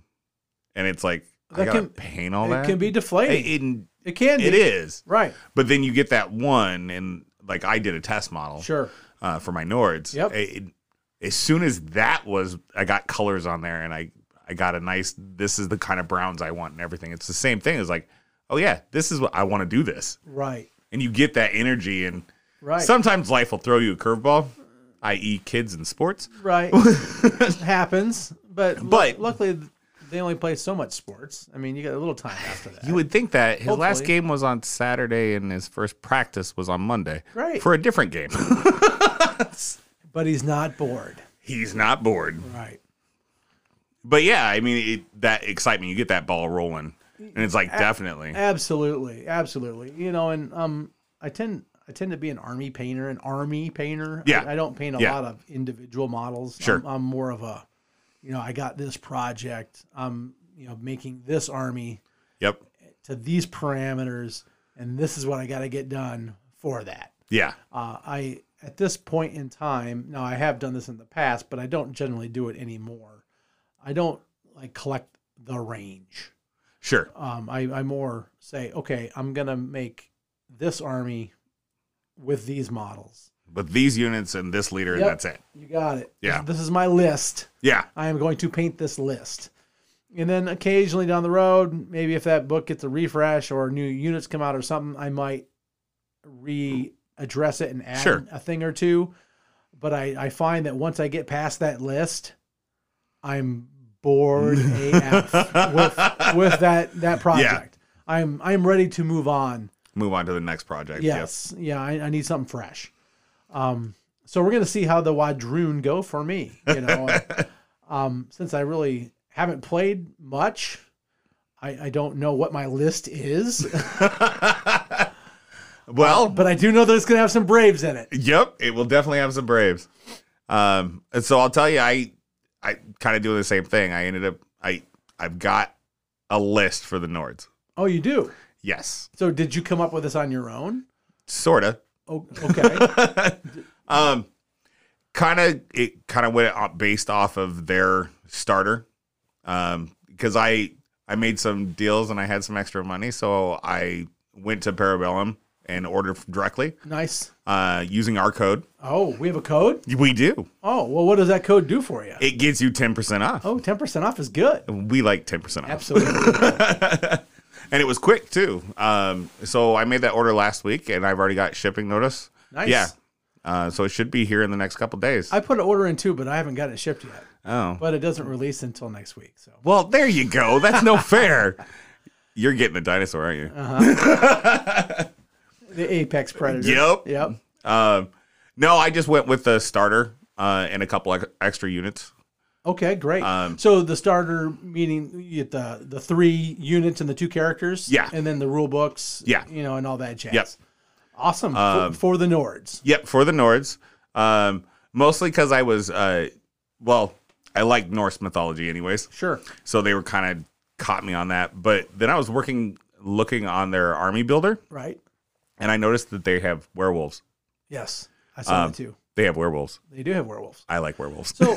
Speaker 3: and it's like I
Speaker 2: That
Speaker 3: gotta
Speaker 2: can-
Speaker 3: paint all
Speaker 2: it
Speaker 3: that.
Speaker 2: can be deflating. It,
Speaker 3: It, it,
Speaker 2: can be.
Speaker 3: it is.
Speaker 2: Right.
Speaker 3: But then you get that one, and like I did a test model
Speaker 2: Sure.
Speaker 3: uh, for my Nords.
Speaker 2: Yep.
Speaker 3: It- it- as soon as that was, I got colors on there, and I I got a nice. This is the kind of browns I want, and everything. It's the same thing. It's like, oh yeah, this is what I want to do. This,
Speaker 2: Right.
Speaker 3: and you get that energy. And
Speaker 2: Right.
Speaker 3: sometimes life will throw you a curveball, i.e., kids and sports.
Speaker 2: right. happens. But, lu-
Speaker 3: But-
Speaker 2: luckily, they only play so much sports. I mean, you got a little time after that.
Speaker 3: You would think that his last
Speaker 2: Hopefully.
Speaker 3: game was on Saturday, and his first practice was on Monday.
Speaker 2: Right.
Speaker 3: for a different game.
Speaker 2: but he's not bored.
Speaker 3: He's not bored.
Speaker 2: Right.
Speaker 3: But yeah, I mean it, that excitement, you get that ball rolling, and it's like definitely,
Speaker 2: Absolutely, absolutely. You know, and um, I tend I tend to be an army painter, an army painter. I-
Speaker 3: Yeah.
Speaker 2: I, don't paint a
Speaker 3: Yeah.
Speaker 2: lot of individual models.
Speaker 3: Sure.
Speaker 2: I'm, I'm more of a, you know, I got this project. I'm you know making this army
Speaker 3: yep,
Speaker 2: to these parameters, and this is what I got to get done for that.
Speaker 3: yeah,
Speaker 2: Uh, I at this point in time now I have done this in the past, but I don't generally do it anymore. I don't like collect the range.
Speaker 3: Sure.
Speaker 2: Um, I, I more say, okay, I'm gonna make this army with these models.
Speaker 3: But these units and this leader, and
Speaker 2: Yep.
Speaker 3: that's it.
Speaker 2: You got it.
Speaker 3: Yeah.
Speaker 2: This is my list.
Speaker 3: Yeah.
Speaker 2: I am going to paint this list. And then occasionally down the road, maybe if that book gets a refresh or new units come out or something, I might readdress it and add
Speaker 3: Sure.
Speaker 2: a thing or two. But I, I find that once I get past that list, I'm bored AF with, with that, that project. I'm I'm ready to move on.
Speaker 3: Move on to the next project.
Speaker 2: Yes. Yeah, I, I need something fresh. Um, so we're gonna see how the Wadroon go for me. You know, um, since I really haven't played much, I, I don't know what my list is,
Speaker 3: Well,
Speaker 2: Uh, but I do know that it's gonna have some Braves in it.
Speaker 3: Yep, it will definitely have some Braves. Um, and so I'll tell you, I I kind of do the same thing. I ended up I I've got a list for the Nords.
Speaker 2: Oh, you do.
Speaker 3: Yes,
Speaker 2: So did you come up with this on your own?
Speaker 3: sorta.
Speaker 2: Oh, okay.
Speaker 3: um, kind of it kind of went out based off of their starter. Um, because I I made some deals and I had some extra money, so I went to Parabellum and ordered directly
Speaker 2: nice.
Speaker 3: uh, using our code.
Speaker 2: Oh, we have a code.
Speaker 3: We do.
Speaker 2: Oh, well, what does that code do for you?
Speaker 3: It gets you ten percent off.
Speaker 2: Oh, 10% off is good.
Speaker 3: We like ten percent off.
Speaker 2: Absolutely.
Speaker 3: and it was quick too. Um, so I made that order last week, and I've already got shipping notice.
Speaker 2: Nice.
Speaker 3: Yeah. Uh, so it should be here in the next couple days.
Speaker 2: I put an order in too, but I haven't got it shipped yet.
Speaker 3: oh,
Speaker 2: But it doesn't release until next week. So
Speaker 3: well, there you go. That's no fair. You're getting a dinosaur, aren't you?
Speaker 2: the Apex Predator.
Speaker 3: Yep.
Speaker 2: Yep.
Speaker 3: Um, no, I just went with the starter uh, and a couple ex- extra units.
Speaker 2: Okay, great.
Speaker 3: Um,
Speaker 2: so the starter meaning you get the the three units and the two characters.
Speaker 3: Yeah.
Speaker 2: and then the rule books.
Speaker 3: Yeah.
Speaker 2: you know, and all that jazz.
Speaker 3: Yep.
Speaker 2: Awesome
Speaker 3: Um,
Speaker 2: for, for the Nords.
Speaker 3: Yep, for the Nords. Um, mostly because I was, uh, well, I like Norse mythology, anyways.
Speaker 2: Sure.
Speaker 3: So they were kind of caught me on that. But then I was working, looking on their army builder,
Speaker 2: Right.
Speaker 3: and I noticed that they have werewolves.
Speaker 2: Yes, I saw
Speaker 3: Um,
Speaker 2: that too.
Speaker 3: They have werewolves.
Speaker 2: They do have werewolves.
Speaker 3: I like werewolves.
Speaker 2: So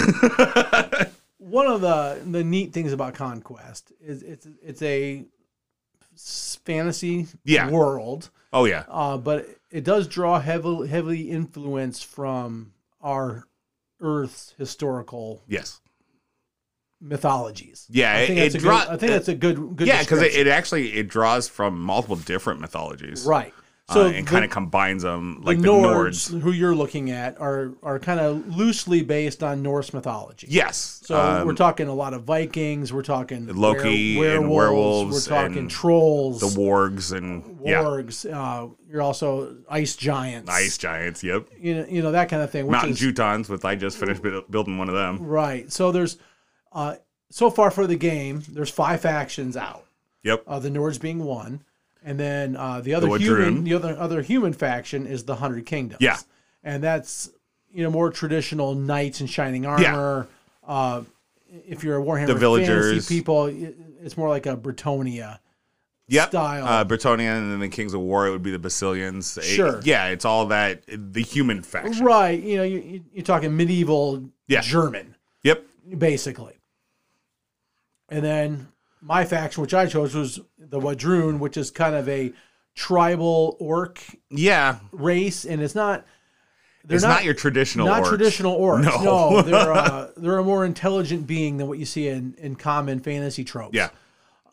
Speaker 2: one of the the neat things about Conquest is it's it's a s- fantasy
Speaker 3: Yeah.
Speaker 2: world,
Speaker 3: Oh yeah,
Speaker 2: uh, but it does draw heavily heavily influence from our Earth's historical
Speaker 3: yes,
Speaker 2: mythologies.
Speaker 3: yeah.
Speaker 2: I think,
Speaker 3: it
Speaker 2: that's, a
Speaker 3: draw-
Speaker 2: good, I think that's a good, good
Speaker 3: yeah, because it,
Speaker 2: description.
Speaker 3: it actually it draws from multiple different mythologies,
Speaker 2: right.
Speaker 3: uh,
Speaker 2: So
Speaker 3: and
Speaker 2: the-
Speaker 3: kind of combines them
Speaker 2: the
Speaker 3: like the,
Speaker 2: Nords,
Speaker 3: Nords.
Speaker 2: who you're looking at, are are kind of loosely based on Norse mythology.
Speaker 3: Yes.
Speaker 2: So
Speaker 3: um,
Speaker 2: we're talking a lot of Vikings. We're talking
Speaker 3: Loki
Speaker 2: were-
Speaker 3: and werewolves
Speaker 2: We're talking
Speaker 3: and
Speaker 2: trolls,
Speaker 3: the wargs and yeah,
Speaker 2: wargs. Uh, you're also ice giants.
Speaker 3: ice giants. Yep.
Speaker 2: You know, you know that kind of thing. Which
Speaker 3: Mountain
Speaker 2: is,
Speaker 3: Jutons, with I just finished buil- building one of them.
Speaker 2: Right. So there's, uh, so far for the game, there's five factions out.
Speaker 3: Yep.
Speaker 2: uh, the Nords being one, and then uh, the other
Speaker 3: The Wadroon.
Speaker 2: human, the other other human faction is the Hundred Kingdoms.
Speaker 3: Yeah.
Speaker 2: and that's you know more traditional knights in shining armor. Uh, if you're a Warhammer
Speaker 3: The villagers.
Speaker 2: fantasy people, i- it's more like a Bretonia.
Speaker 3: yep.
Speaker 2: style.
Speaker 3: Uh, Bretonia and then the Kings of War. It would be the Basilians. It-
Speaker 2: Sure.
Speaker 3: yeah, it's all that the human faction.
Speaker 2: Right, you know, you, you- you're talking medieval
Speaker 3: Yeah.
Speaker 2: German,
Speaker 3: Yep.
Speaker 2: basically. And then my faction, which I chose, was the Wadroon, which is kind of a tribal orc
Speaker 3: Yeah.
Speaker 2: race, and it's not. They're
Speaker 3: it's not, your traditional.
Speaker 2: not
Speaker 3: orcs.
Speaker 2: traditional orcs.
Speaker 3: No.
Speaker 2: No, they're uh, they're a more intelligent being than what you see in in common fantasy tropes.
Speaker 3: Yeah.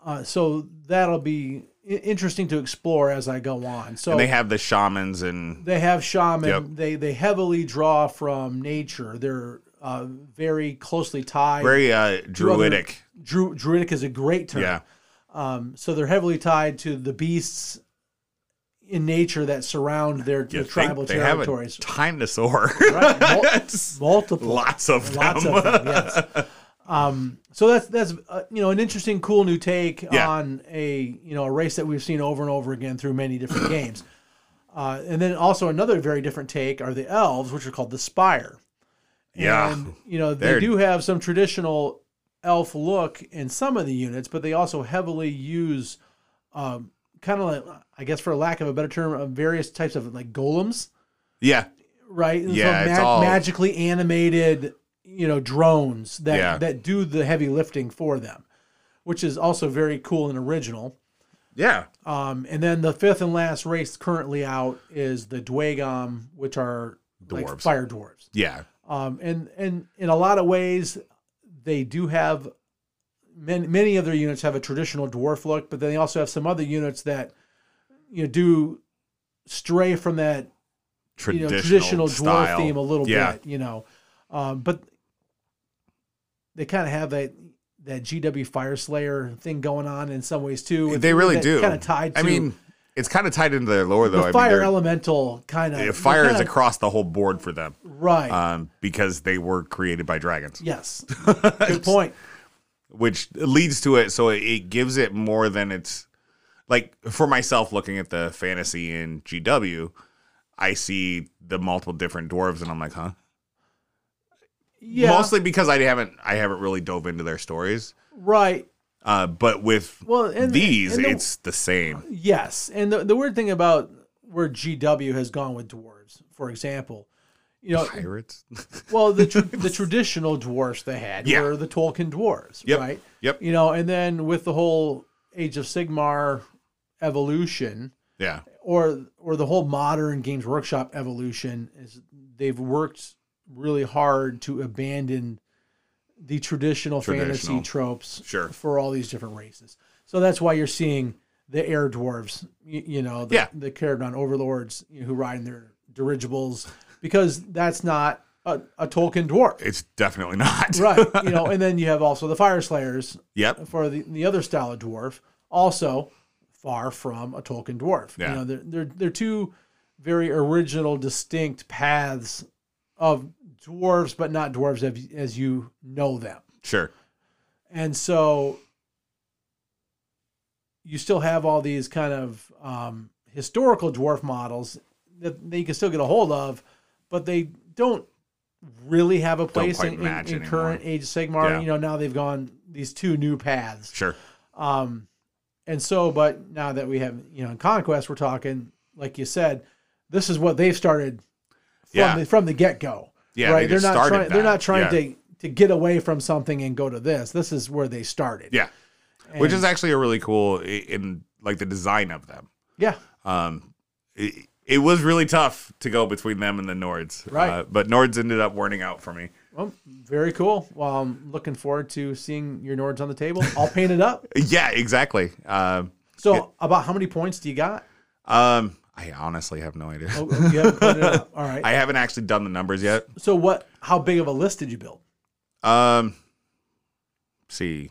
Speaker 2: Uh, so that'll be i- interesting to explore as I go on. So
Speaker 3: and they have the shamans and
Speaker 2: they have shaman.
Speaker 3: Yep.
Speaker 2: They they heavily draw from nature. They're uh, very closely tied.
Speaker 3: very uh, druidic.
Speaker 2: Dru- druidic is a great term.
Speaker 3: Yeah,
Speaker 2: Um, so they're heavily tied to the beasts in nature that surround their,
Speaker 3: You
Speaker 2: their tribal
Speaker 3: think they
Speaker 2: territories.
Speaker 3: have a dinosaur.
Speaker 2: Right. Mul- multiple.
Speaker 3: Lots of
Speaker 2: lots
Speaker 3: them.
Speaker 2: of them. Yes. Um, so that's that's uh, you know an interesting, cool new take
Speaker 3: Yeah.
Speaker 2: on a you know a race that we've seen over and over again through many different games. Uh, and then also another very different take are the elves, which are called the Spire.
Speaker 3: yeah,
Speaker 2: And, you know they
Speaker 3: They're-
Speaker 2: do have some traditional elf look in some of the units, but they also heavily use um, kind of like I guess for lack of a better term, uh, various types of like golems
Speaker 3: yeah,
Speaker 2: right? And
Speaker 3: Yeah,
Speaker 2: so
Speaker 3: it's all-
Speaker 2: magically animated, you know, drones that
Speaker 3: Yeah.
Speaker 2: that do the heavy lifting for them, which is also very cool and original.
Speaker 3: Yeah.
Speaker 2: Um, and then the fifth and last race currently out is the Dwagom, which are like
Speaker 3: Dwarves.
Speaker 2: fire dwarves.
Speaker 3: Yeah.
Speaker 2: Um, and and in a lot of ways, they do have many many of their units have a traditional dwarf look, but then they also have some other units that you know do stray from that
Speaker 3: Traditional,
Speaker 2: you know traditional dwarf
Speaker 3: style.
Speaker 2: theme a little
Speaker 3: Yeah.
Speaker 2: bit, you know. Um, but they kind of have that that GW Fire Slayer thing going on in some ways too.
Speaker 3: They really do.
Speaker 2: Kind of tied. To
Speaker 3: I mean, it's kind of tied into their lore, though.
Speaker 2: the
Speaker 3: I
Speaker 2: fire
Speaker 3: mean,
Speaker 2: elemental kind
Speaker 3: they're-
Speaker 2: of
Speaker 3: fire is
Speaker 2: kinda,
Speaker 3: across the whole board for them
Speaker 2: right.
Speaker 3: um, because they were created by dragons,
Speaker 2: yes, good point.
Speaker 3: which leads to it. So it, it gives it more than it's like for myself looking at the fantasy in GW. I see the multiple different dwarves, and I'm like, huh?
Speaker 2: Yeah,
Speaker 3: Mostly because I haven't, I haven't really dove into their stories.
Speaker 2: right.
Speaker 3: Uh, but with
Speaker 2: Well, and
Speaker 3: these,
Speaker 2: and the-
Speaker 3: it's the same.
Speaker 2: Yes, and the, the weird thing about where GW has gone with dwarves, for example, you know,
Speaker 3: Pirates.
Speaker 2: well the tr- the traditional dwarves they had
Speaker 3: Yeah.
Speaker 2: were the Tolkien dwarves,
Speaker 3: Yep.
Speaker 2: right?
Speaker 3: yep.
Speaker 2: You know, and then with the whole Age of Sigmar evolution,
Speaker 3: Yeah.
Speaker 2: or or the whole modern games workshop evolution is they've worked really hard to abandon the traditional, fantasy
Speaker 3: Traditional.
Speaker 2: tropes
Speaker 3: Sure.
Speaker 2: for all these different races so that's why you're seeing the air dwarves you, you know the,
Speaker 3: Yeah.
Speaker 2: the Caradon overlords you know, who ride in their dirigibles because that's not a, a tolkien dwarf
Speaker 3: It's definitely not.
Speaker 2: right you know and then you have also the fire slayers
Speaker 3: Yep.
Speaker 2: for the, the other style of dwarf, also far from a Tolkien dwarf.
Speaker 3: Yeah.
Speaker 2: You know, they're, they're, they're two very original, distinct paths of dwarves, but not dwarves as, as you know them.
Speaker 3: Sure.
Speaker 2: And so you still have all these kind of um, historical dwarf models that, that you can still get a hold of, but they don't really have a place
Speaker 3: quite
Speaker 2: in, in-
Speaker 3: match
Speaker 2: in
Speaker 3: anymore.
Speaker 2: current Age of Sigmar.
Speaker 3: Yeah.
Speaker 2: You know, now they've gone these two new paths.
Speaker 3: Sure.
Speaker 2: Um, and so, but now that we have, you know, in Conquest, we're talking, like you said, this is what they've started from
Speaker 3: Yeah.
Speaker 2: the, from the get go.
Speaker 3: Yeah,
Speaker 2: right.
Speaker 3: they
Speaker 2: are
Speaker 3: just
Speaker 2: not
Speaker 3: started
Speaker 2: trying. They're
Speaker 3: that.
Speaker 2: not trying
Speaker 3: Yeah.
Speaker 2: to to get away from something and go to this. This is where they started.
Speaker 3: Yeah. Which
Speaker 2: And-
Speaker 3: is actually a really cool i- in like the design of them.
Speaker 2: yeah,
Speaker 3: Um, it, it was really tough to go between them and the Nords.
Speaker 2: Right.
Speaker 3: Uh, but Nords ended up warning out for me.
Speaker 2: well, very cool. Well, I'm looking forward to seeing your Nords on the table, all painted up.
Speaker 3: Yeah, exactly. Um,
Speaker 2: So, about how many points do you got?
Speaker 3: um, I honestly have no idea.
Speaker 2: Oh, oh, you haven't pointed it up. All right.
Speaker 3: I haven't actually done the numbers yet.
Speaker 2: so, what? How big of a list did you build?
Speaker 3: Um, see,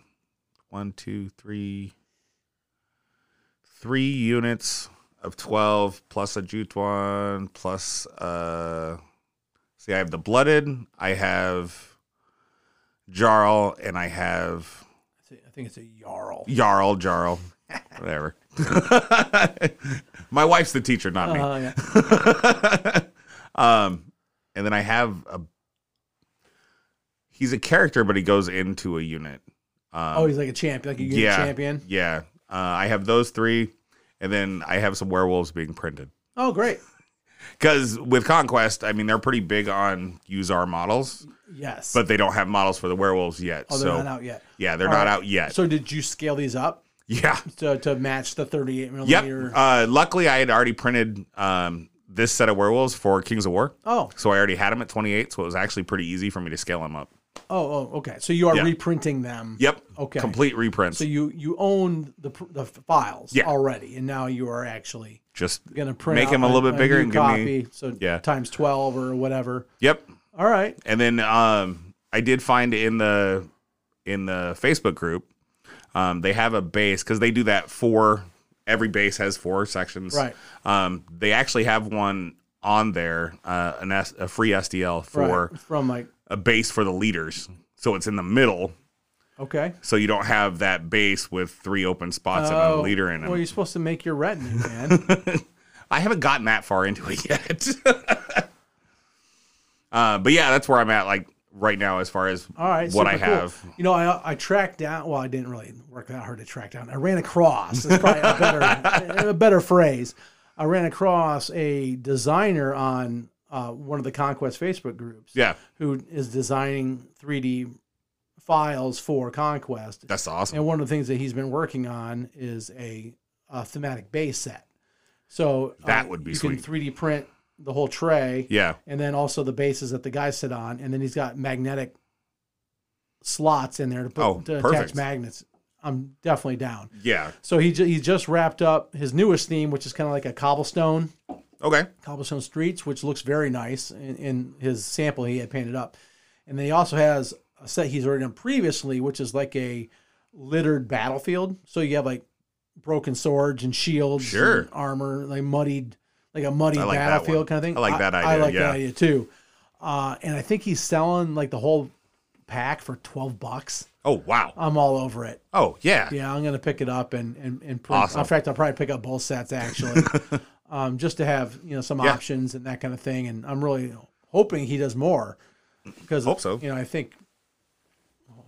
Speaker 3: one, two, three, three units of twelve plus a Jutwan plus uh. See, I have the blooded, I have Jarl, and I have
Speaker 2: I thi- I think it's a Jarl.
Speaker 3: Jarl, Jarl, whatever. My wife's the teacher, not me
Speaker 2: Uh, yeah.
Speaker 3: um, and then I have a. He's a character, but he goes into a unit. Um,
Speaker 2: Oh, he's like a champion, like a unit
Speaker 3: yeah,
Speaker 2: champion.
Speaker 3: Yeah, uh, I have those three, and then I have some werewolves being printed.
Speaker 2: Oh, great.
Speaker 3: Because with Conquest, I mean, they're pretty big on use our models,
Speaker 2: Yes.
Speaker 3: but they don't have models for the werewolves yet.
Speaker 2: oh, they're
Speaker 3: so
Speaker 2: not out yet.
Speaker 3: yeah, they're
Speaker 2: All
Speaker 3: not
Speaker 2: right.
Speaker 3: out yet.
Speaker 2: So did you scale these up
Speaker 3: yeah.
Speaker 2: to, to match the 38 millimeter?
Speaker 3: Yep. Uh, luckily, I had already printed um, this set of werewolves for Kings of War,
Speaker 2: oh,
Speaker 3: so I already had them at 28. So it was actually pretty easy for me to scale them up.
Speaker 2: oh, oh, okay. So you are
Speaker 3: Yeah.
Speaker 2: reprinting them.
Speaker 3: Yep.
Speaker 2: Okay.
Speaker 3: Complete reprints.
Speaker 2: So you you own the pr- the files
Speaker 3: Yeah.
Speaker 2: already, and now you are actually
Speaker 3: Just
Speaker 2: going to print
Speaker 3: Make
Speaker 2: out
Speaker 3: them a little bit bigger
Speaker 2: new
Speaker 3: and give
Speaker 2: copy.
Speaker 3: me-
Speaker 2: so
Speaker 3: Yeah.
Speaker 2: times 12 or whatever.
Speaker 3: yep.
Speaker 2: All right.
Speaker 3: And then um, I did find in the in the Facebook group, um, they have a base because they do that for every base has four sections.
Speaker 2: Right.
Speaker 3: Um, they actually have one on there, uh, an S, a free SDL for
Speaker 2: right. from like
Speaker 3: a base for the leaders. So it's in the middle,
Speaker 2: okay.
Speaker 3: so you don't have that base with three open spots and a leader in it.
Speaker 2: Oh, well, you're supposed to make your retinue, man.
Speaker 3: I haven't gotten that far into it yet. uh, but yeah, that's where I'm at, like right now, as far as
Speaker 2: All right,
Speaker 3: what I
Speaker 2: super cool.
Speaker 3: have.
Speaker 2: You know, I I tracked down. Well, I didn't really work that hard to track down. I ran across. It's probably a better a better phrase. I ran across a designer on uh, one of the Conquest Facebook groups
Speaker 3: Yeah,
Speaker 2: who is designing 3D files for Conquest.
Speaker 3: That's awesome.
Speaker 2: And one of the things that he's been working on is a, a thematic base set. So uh,
Speaker 3: That would be
Speaker 2: you
Speaker 3: sweet.
Speaker 2: can 3D print the whole tray,
Speaker 3: yeah.
Speaker 2: and then also the bases that the guys sit on, and then he's got magnetic slots in there to put
Speaker 3: Oh,
Speaker 2: to attach
Speaker 3: perfect.
Speaker 2: magnets. I'm definitely down.
Speaker 3: Yeah.
Speaker 2: So he ju- he just wrapped up his newest theme, which is kind of like a cobblestone
Speaker 3: Okay.
Speaker 2: cobblestone streets, which looks very nice in, in his sample he had painted up. And then he also has a set he's already done previously, which is like a littered battlefield. So you have like broken swords and shields,
Speaker 3: Sure.
Speaker 2: and armor, like muddied, like a muddy
Speaker 3: I like that one.
Speaker 2: battlefield kind of thing.
Speaker 3: I like that
Speaker 2: I
Speaker 3: idea,
Speaker 2: like that
Speaker 3: yeah.
Speaker 2: idea too. Uh, and I think he's selling like the whole pack for twelve bucks.
Speaker 3: Oh wow.
Speaker 2: I'm all over it.
Speaker 3: Oh yeah.
Speaker 2: Yeah, I'm gonna pick it up and and and print.
Speaker 3: Awesome.
Speaker 2: In fact, I'll probably pick up both sets actually, um, just to have you know some
Speaker 3: Yeah.
Speaker 2: options and that kind of thing. And I'm really hoping he does more because
Speaker 3: Hope so.
Speaker 2: You know, I think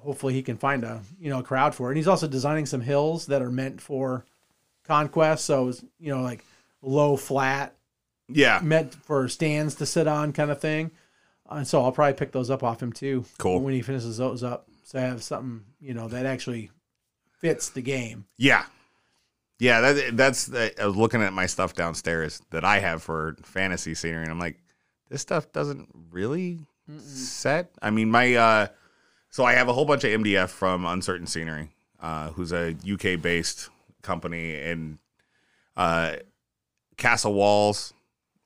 Speaker 2: hopefully he can find a you know a crowd for it. And he's also designing some hills that are meant for conquest. So it's, you know, like low flat
Speaker 3: Yeah.
Speaker 2: meant for stands to sit on kind of thing. And so I'll probably pick those up off him too.
Speaker 3: Cool.
Speaker 2: When he finishes those up. So I have something, you know, that actually fits the game.
Speaker 3: Yeah. Yeah. That, that's. The, I was looking at my stuff downstairs that I have for fantasy scenery, and I'm like, this stuff doesn't really set. I mean, my. uh So I have a whole bunch of MDF from Uncertain Scenery, uh, who's a UK based company, and uh, castle walls,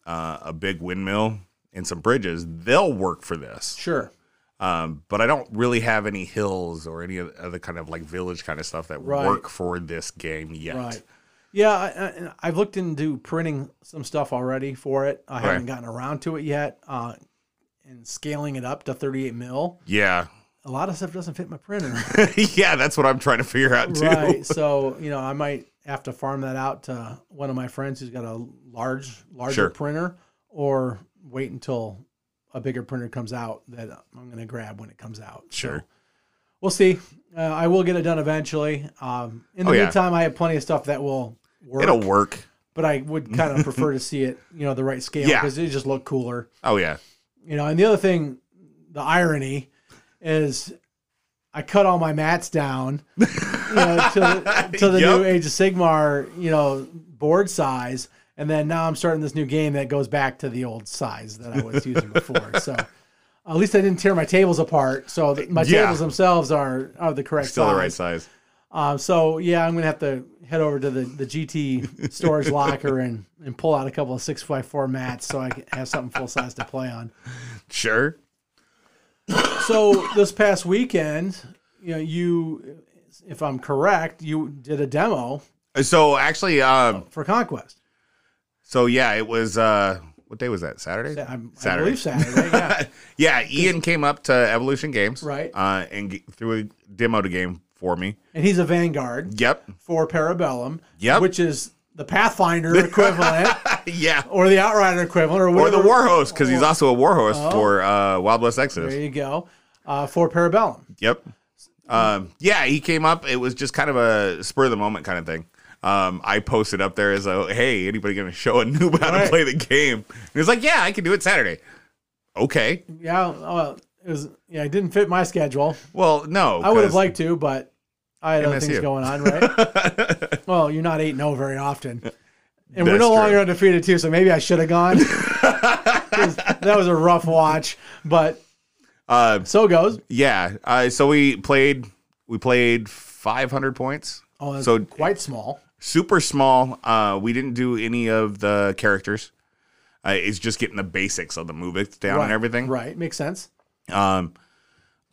Speaker 3: uh, a big windmill, and some bridges. They'll work for this.
Speaker 2: Sure.
Speaker 3: um, but I don't really have any hills or any oth- other kind of like village kind of stuff that
Speaker 2: Right.
Speaker 3: work for this game yet.
Speaker 2: Right. Yeah, I, I, and I've looked into printing some stuff already for it. I haven't
Speaker 3: Right.
Speaker 2: gotten around to it yet. Uh, and scaling it up to 38 mil.
Speaker 3: Yeah,
Speaker 2: A lot of stuff doesn't fit my printer.
Speaker 3: yeah, that's what I'm trying to figure out too.
Speaker 2: right. So, you know, I might have to farm that out to one of my friends who's got a large, larger
Speaker 3: Sure.
Speaker 2: printer or wait until a bigger printer comes out that I'm going to grab when it comes out. So,
Speaker 3: Sure.
Speaker 2: we'll see. Uh, I will get it done eventually. Um, in the
Speaker 3: Oh, yeah.
Speaker 2: meantime, I have plenty of stuff that will work
Speaker 3: It'll work.
Speaker 2: but I would kind of prefer to see it, you know, the right scale
Speaker 3: Yeah.
Speaker 2: because it just looked cooler,
Speaker 3: Oh yeah,
Speaker 2: you know. And the other thing, the irony is, I cut all my mats down, you know, to, the- to the new
Speaker 3: Yup.
Speaker 2: Age of Sigmar, you know, board size, and then now I'm starting this new game that goes back to the old size that I was using before. So. At least I didn't tear my tables apart, so th- my
Speaker 3: Yeah.
Speaker 2: tables themselves are, are the correct
Speaker 3: still
Speaker 2: size.
Speaker 3: the right size.
Speaker 2: Um, so yeah, I'm gonna have to head over to the, the GT storage locker and, and pull out a couple of six by four mats so I can have something full size to play on.
Speaker 3: Sure.
Speaker 2: So this past weekend, you know, you, if I'm correct, you did a demo
Speaker 3: Uh, So actually, um,
Speaker 2: for Conquest.
Speaker 3: so yeah, it was. Uh, what day was that? Saturday.
Speaker 2: I, I believe Saturday. Yeah.
Speaker 3: yeah, Ian came up to Evolution Games,
Speaker 2: Right.
Speaker 3: Uh, and g- threw a demo to game for me.
Speaker 2: and he's a Vanguard
Speaker 3: Yep.
Speaker 2: for Parabellum,
Speaker 3: Yep.
Speaker 2: which is the Pathfinder equivalent
Speaker 3: yeah.
Speaker 2: or the Outrider equivalent or
Speaker 3: Or
Speaker 2: whatever.
Speaker 3: the Warhorse, because
Speaker 2: Oh.
Speaker 3: he's also a Warhorse for uh, Wild West Exodus.
Speaker 2: There you go. Uh, for Parabellum.
Speaker 3: Yep. Um, yeah, he came up. It was just kind of a spur of the moment kind of thing. Um, I posted up there as a, hey, anybody going to show a noob how
Speaker 2: Right.
Speaker 3: to play the game? And he was like, yeah, I can do it Saturday. Okay.
Speaker 2: Yeah. Uh, it was, yeah, it didn't fit my schedule.
Speaker 3: Well, no.
Speaker 2: I would have
Speaker 3: 'cause-
Speaker 2: liked to, but I had other
Speaker 3: MSU.
Speaker 2: things going on, right? well, you're not 8 0 very often. And we're
Speaker 3: That's
Speaker 2: no longer
Speaker 3: true.
Speaker 2: undefeated, too, so maybe I should have gone. 'Cause that was a rough watch, but
Speaker 3: Uh,
Speaker 2: so goes.
Speaker 3: yeah. Uh, so we played. We played 500 points.
Speaker 2: Oh, that's
Speaker 3: so
Speaker 2: quite small.
Speaker 3: super small. Uh, we didn't do any of the characters. Uh, it's just getting the basics of the movies down and everything.
Speaker 2: Right. Makes sense.
Speaker 3: Um,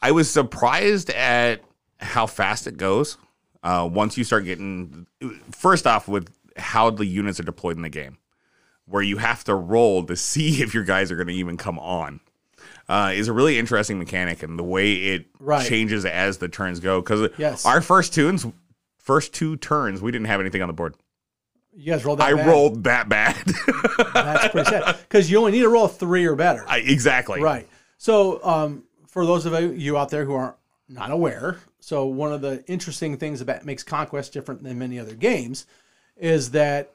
Speaker 3: I was surprised at how fast it goes. Uh, once you start getting, first off, with how the units are deployed in the game, where you have to roll to see if your guys are going to even come on, uh, is a really interesting mechanic and the way it
Speaker 2: Right.
Speaker 3: changes as the turns go. Because
Speaker 2: Yes.
Speaker 3: our first tunes, first two turns, we didn't have anything on the board.
Speaker 2: You guys rolled that
Speaker 3: I
Speaker 2: bad.
Speaker 3: rolled that bad.
Speaker 2: That's pretty sad. Because you only need to roll three or better.
Speaker 3: I, exactly.
Speaker 2: Right. So, um, for those of you out there who are not aware, so one of the interesting things about makes Conquest different than many other games is that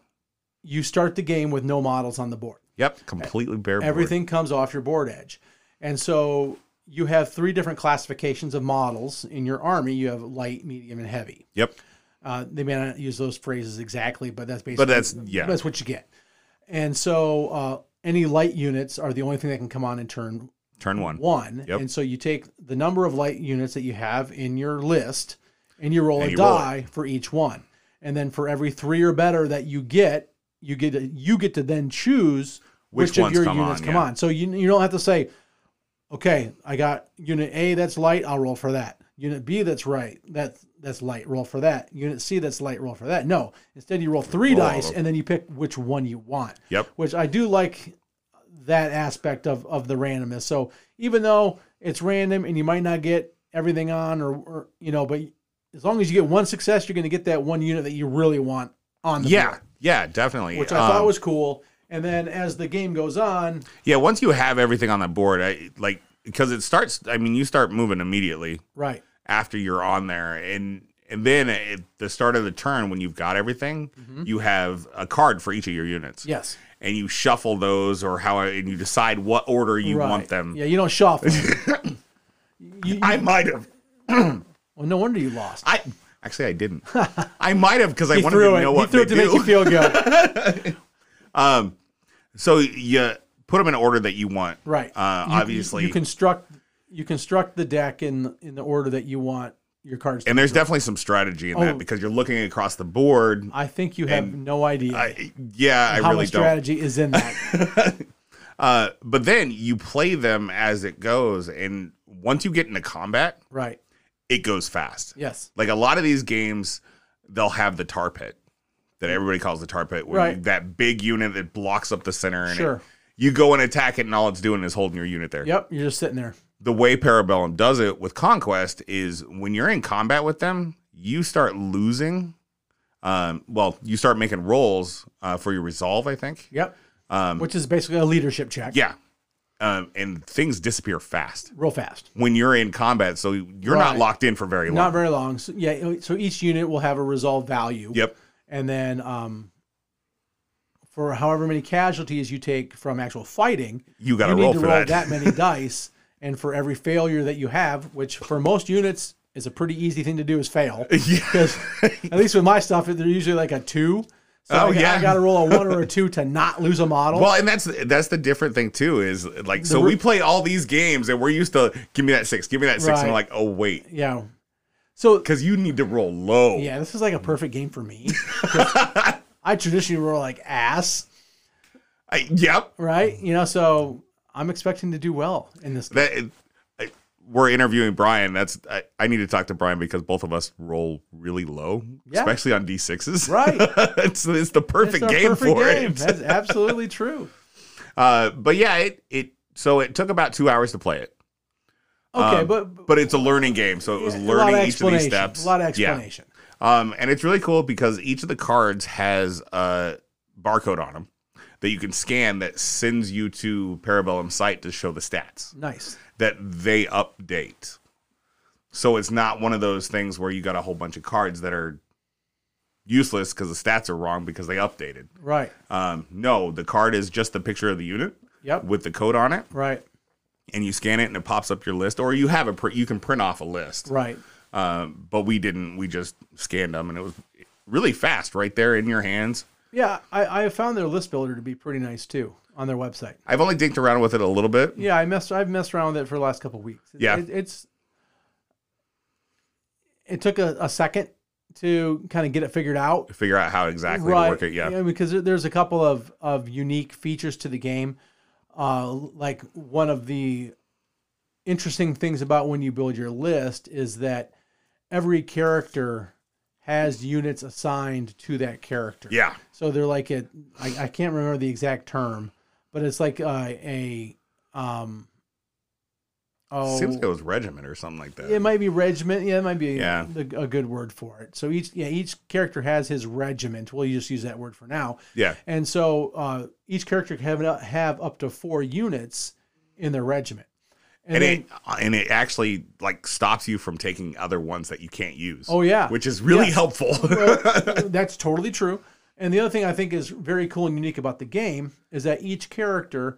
Speaker 2: you start the game with no models on the board.
Speaker 3: Yep. Completely bare. board.
Speaker 2: Everything comes off your board edge, and so you have three different classifications of models in your army. You have light, medium, and heavy.
Speaker 3: Yep.
Speaker 2: Uh, they may not use those phrases exactly, but that's basically
Speaker 3: But that's yeah.
Speaker 2: that's what you get. And so uh, any light units are the only thing that can come on in turn
Speaker 3: Turn one.
Speaker 2: one.
Speaker 3: Yep.
Speaker 2: And so you take the number of light units that you have in your list and you roll
Speaker 3: And
Speaker 2: a
Speaker 3: you roll
Speaker 2: die for each one. And then for every three or better that you get, you get to, you get to then choose
Speaker 3: Which
Speaker 2: which, of
Speaker 3: ones
Speaker 2: your
Speaker 3: come
Speaker 2: units
Speaker 3: on,
Speaker 2: come
Speaker 3: yeah.
Speaker 2: on. So you you don't have to say, okay, I got unit A that's light, I'll roll for that. Unit B that's right, that that's light, roll for that. Unit C that's light, roll for that. No, instead you roll three
Speaker 3: Roll all
Speaker 2: dice
Speaker 3: of-
Speaker 2: and then you pick which one you want
Speaker 3: Yep.
Speaker 2: which I do like that aspect of of the randomness. So even though it's random and you might not get everything on or, or you know, but as long as you get one success, you're going to get that one unit that you really want on the
Speaker 3: Yeah.
Speaker 2: board,
Speaker 3: Yeah. Definitely.
Speaker 2: which I thought
Speaker 3: Um,
Speaker 2: was cool. And then as the game goes on,
Speaker 3: Yeah. Once you have everything on the board, I like because it starts. I mean, you start moving immediately
Speaker 2: right,
Speaker 3: after you're on there, and and then at the start of the turn, when you've got everything,
Speaker 2: Mm-hmm.
Speaker 3: you have a card for each of your units.
Speaker 2: yes,
Speaker 3: And you shuffle those, or how, and you decide what order you
Speaker 2: right.
Speaker 3: want them.
Speaker 2: Yeah, you don't shuffle. You- you-
Speaker 3: I might have.
Speaker 2: well, no wonder you lost.
Speaker 3: I actually I didn't. I might have because I
Speaker 2: he
Speaker 3: wanted
Speaker 2: threw
Speaker 3: to
Speaker 2: it.
Speaker 3: know
Speaker 2: He
Speaker 3: what
Speaker 2: threw
Speaker 3: they
Speaker 2: it to make you
Speaker 3: do.
Speaker 2: feel good.
Speaker 3: so you put them in order that you want.
Speaker 2: Right.
Speaker 3: Uh,
Speaker 2: You- you-
Speaker 3: obviously.
Speaker 2: you, construct you construct the deck in in the order that you want your cards. to
Speaker 3: and there's definitely some strategy in
Speaker 2: Oh.
Speaker 3: that because you're looking across the board.
Speaker 2: I think you have no idea
Speaker 3: I, yeah,
Speaker 2: how
Speaker 3: I really
Speaker 2: much
Speaker 3: don't.
Speaker 2: strategy is in that.
Speaker 3: Uh, but then you play them as it goes, and once you get into combat,
Speaker 2: right.
Speaker 3: it goes fast.
Speaker 2: Yes.
Speaker 3: Like a lot of these games, they'll have the tar pit that everybody calls the tar pit, where
Speaker 2: Right.
Speaker 3: you- that big unit that blocks up the center, and it-
Speaker 2: Sure.
Speaker 3: you go and attack it, and all it's doing is holding your unit there.
Speaker 2: Yep. You're just sitting there.
Speaker 3: the way Parabellum does it with Conquest is when you're in combat with them, you start losing. Um, well, you start making rolls uh, for your resolve, I think.
Speaker 2: Yep. Which is basically a leadership check.
Speaker 3: Um, Yeah. Um, and things disappear fast
Speaker 2: Real fast.
Speaker 3: when you're in combat. So you're not
Speaker 2: Right.
Speaker 3: locked in for very long.
Speaker 2: Not very long. So, yeah. So each unit will have a resolve value.
Speaker 3: yep.
Speaker 2: And then um, for however many casualties you take from actual fighting,
Speaker 3: You got to
Speaker 2: you need
Speaker 3: roll
Speaker 2: to
Speaker 3: for
Speaker 2: roll
Speaker 3: that.
Speaker 2: many dice. And for every failure that you have, which for most units is a pretty easy thing to do, is fail. Because at least with my stuff, they're usually like a two. So
Speaker 3: Oh,
Speaker 2: I,
Speaker 3: yeah.
Speaker 2: I got to roll a one or a two to not lose a model.
Speaker 3: Well, and that's that's the different thing too is like so
Speaker 2: The re-
Speaker 3: we play all these games and we're used to give me that six, give me that six, and we're
Speaker 2: Right.
Speaker 3: like, oh wait,
Speaker 2: yeah. So
Speaker 3: because you need to roll low.
Speaker 2: yeah, this is like a
Speaker 3: Mm.
Speaker 2: perfect game for me. 'Cause I traditionally roll like ass,
Speaker 3: I, yep.
Speaker 2: right? You know, so I'm expecting to do well in this. game.
Speaker 3: that it, I, we're interviewing Brian. That's I, I need to talk to Brian because both of us roll really low,
Speaker 2: Yeah.
Speaker 3: especially on d sixes.
Speaker 2: Right.
Speaker 3: it's it's the
Speaker 2: It's
Speaker 3: perfect
Speaker 2: our
Speaker 3: game for it.
Speaker 2: That's absolutely true.
Speaker 3: Uh, but yeah, it it so it took about two hours to play it.
Speaker 2: Okay,
Speaker 3: Um,
Speaker 2: but,
Speaker 3: but it's a learning game, so it was
Speaker 2: a lot of
Speaker 3: learning each of these
Speaker 2: explanation,
Speaker 3: steps.
Speaker 2: A lot of
Speaker 3: Yeah.
Speaker 2: explanation.
Speaker 3: Um, and it's really cool because each of the cards has a barcode on them that you can scan that sends you to Parabellum site to show the stats.
Speaker 2: Nice.
Speaker 3: that they update. So it's not one of those things where you got a whole bunch of cards that are useless because the stats are wrong because they updated.
Speaker 2: Right.
Speaker 3: Um, no, the card is just the picture of the unit
Speaker 2: Yep.
Speaker 3: with the code on it,
Speaker 2: Right.
Speaker 3: and you scan it and it pops up your list, or you have a pr- you can print off a list.
Speaker 2: Right.
Speaker 3: Um, but we didn't. We just scanned them, and it was really fast right there in your hands.
Speaker 2: Yeah, I, I found their list builder to be pretty nice too on their website.
Speaker 3: I've only dinked around with it a little bit.
Speaker 2: Yeah, I messed. I've messed around with it for the last couple of weeks. It-
Speaker 3: Yeah.
Speaker 2: it, it's. It took a, a second to kind of get it figured out.
Speaker 3: to Figure out how exactly to work it. Yeah.
Speaker 2: because there- there's a couple of of unique features to the game. Uh, like one of the interesting things about when you build your list is that every character has units assigned to that character.
Speaker 3: yeah.
Speaker 2: So they're like a, I, I can't remember the exact term, but it's like uh, a, um, oh,
Speaker 3: Seems like it was regiment or something like that.
Speaker 2: it might be regiment. Yeah, it might be
Speaker 3: Yeah.
Speaker 2: the- a good word for it. So each, yeah, each character has his regiment. We'll just use that word for now.
Speaker 3: yeah.
Speaker 2: And so uh, each character can have, have up to four units in their regiment. And,
Speaker 3: and
Speaker 2: then,
Speaker 3: it and it actually like stops you from taking other ones that you can't use.
Speaker 2: Oh, yeah.
Speaker 3: which is really
Speaker 2: Yes.
Speaker 3: helpful.
Speaker 2: that's totally true. And the other thing I think is very cool and unique about the game is that each character,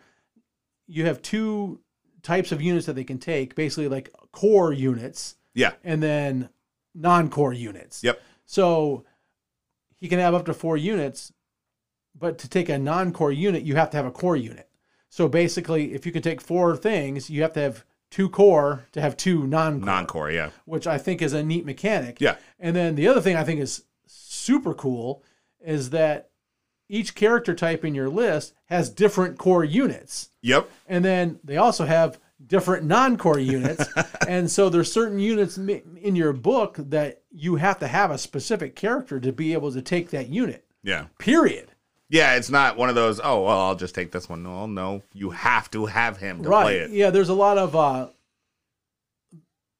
Speaker 2: you have two types of units that they can take, basically like core units
Speaker 3: Yeah.
Speaker 2: and then non-core units.
Speaker 3: Yep.
Speaker 2: So he can have up to four units, but to take a non-core unit, you have to have a core unit. So basically, if you can take four things, you have to have two core to have two non-core,
Speaker 3: Non-core. Yeah.
Speaker 2: which I think is a neat mechanic.
Speaker 3: Yeah.
Speaker 2: And then the other thing I think is super cool is that each character type in your list has different core units.
Speaker 3: Yep.
Speaker 2: And then they also have different non-core units. and so there's certain units mi- in your book that you have to have a specific character to be able to take that unit.
Speaker 3: Yeah.
Speaker 2: Period.
Speaker 3: Yeah. It's not one of those. Oh well, I'll just take this one. No, no, you have to have him to play
Speaker 2: Right.
Speaker 3: it.
Speaker 2: Yeah, there's a lot of uh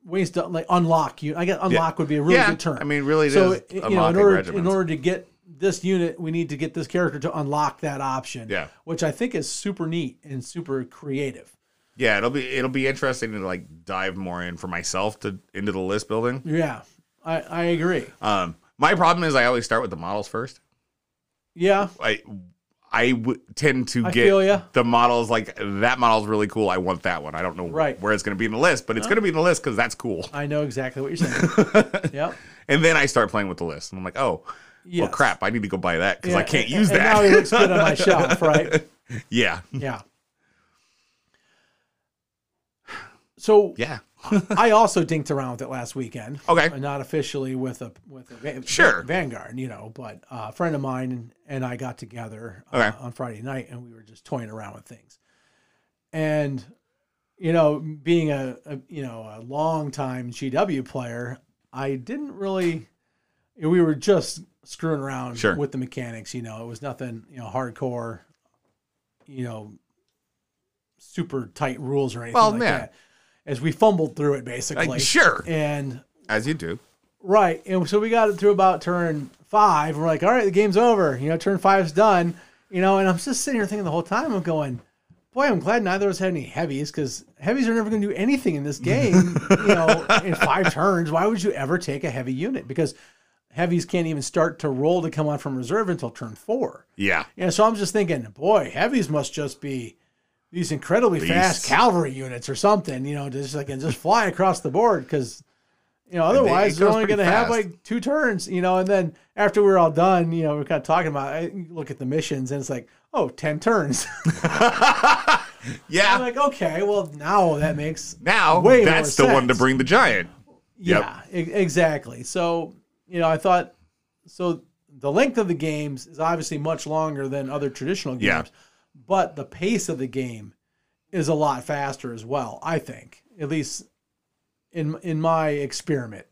Speaker 2: ways to like unlock you. I guess unlock would be a really
Speaker 3: yeah.
Speaker 2: good term.
Speaker 3: I mean, really, it
Speaker 2: so
Speaker 3: is
Speaker 2: you know, in
Speaker 3: unlocking
Speaker 2: order
Speaker 3: regiments.
Speaker 2: in order to get this unit, we need to get this character to unlock that option.
Speaker 3: Yeah.
Speaker 2: which I think is super neat and super creative.
Speaker 3: yeah, it'll be it'll be interesting to like dive more in for myself to into the list building.
Speaker 2: Yeah, I, I agree.
Speaker 3: Um, my problem is I always start with the models first.
Speaker 2: Yeah,
Speaker 3: I I w- tend to
Speaker 2: I feel ya.
Speaker 3: get the models like that model's really cool. I want that one. I don't know
Speaker 2: Right.
Speaker 3: where it's going to be in the list, but it's going to be in the list because that's cool.
Speaker 2: I know exactly what you're saying. yep.
Speaker 3: And then I start playing with the list, and I'm like, oh,
Speaker 2: Yes.
Speaker 3: well, crap! I need to go buy that because
Speaker 2: Yeah,
Speaker 3: I can't
Speaker 2: and-
Speaker 3: use
Speaker 2: and
Speaker 3: that.
Speaker 2: now he looks good on my shelf, right?
Speaker 3: yeah,
Speaker 2: Yeah. So
Speaker 3: yeah,
Speaker 2: I also dinked around with it last weekend.
Speaker 3: Okay.
Speaker 2: Uh, Not officially with a with a va-
Speaker 3: Sure.
Speaker 2: Vanguard, you know, but uh, a friend of mine and, and I got together uh,
Speaker 3: Okay.
Speaker 2: on Friday night and we were just toying around with things. And you know, being a, a you know a long time GW player, I didn't really. We were just screwing around
Speaker 3: Sure.
Speaker 2: with the mechanics. You know, it was nothing you know hardcore. You know, super tight rules or anything
Speaker 3: Well,
Speaker 2: like
Speaker 3: yeah.
Speaker 2: that. As we fumbled through it, basically.
Speaker 3: Like, Uh, sure,
Speaker 2: And
Speaker 3: as you do.
Speaker 2: right, and so we got it through about turn five. We're like, all right, the game's over. You know, turn five's done. You know, and I'm just sitting here thinking the whole time. I'm going, boy, I'm glad neither of us had any heavies because heavies are never going to do anything in this game. you know, in five turns, why would you ever take a heavy unit? Because heavies can't even start to roll to come on from reserve until turn four.
Speaker 3: Yeah,
Speaker 2: Yeah, so I'm just thinking, boy, heavies must just be these incredibly fast
Speaker 3: Beasts.
Speaker 2: cavalry units or something, you know, just like just fly across the board because you know otherwise
Speaker 3: it
Speaker 2: they're
Speaker 3: goes
Speaker 2: only going
Speaker 3: pretty
Speaker 2: to have
Speaker 3: fast.
Speaker 2: like two turns, you know, and then after we're all done, you know, we're kind of talking about I look at the missions and it's like, oh, 10 turns. I'm
Speaker 3: yeah.
Speaker 2: like, okay, well now that makes
Speaker 3: Now
Speaker 2: way
Speaker 3: that's the
Speaker 2: more
Speaker 3: one to
Speaker 2: sense.
Speaker 3: bring the giant. Yep.
Speaker 2: Yeah, e- exactly. So, you know, I thought so the length of the games is obviously much longer than other traditional games,
Speaker 3: Yeah.
Speaker 2: but the pace of the game is a lot faster as well, I think. At least in in my experiment.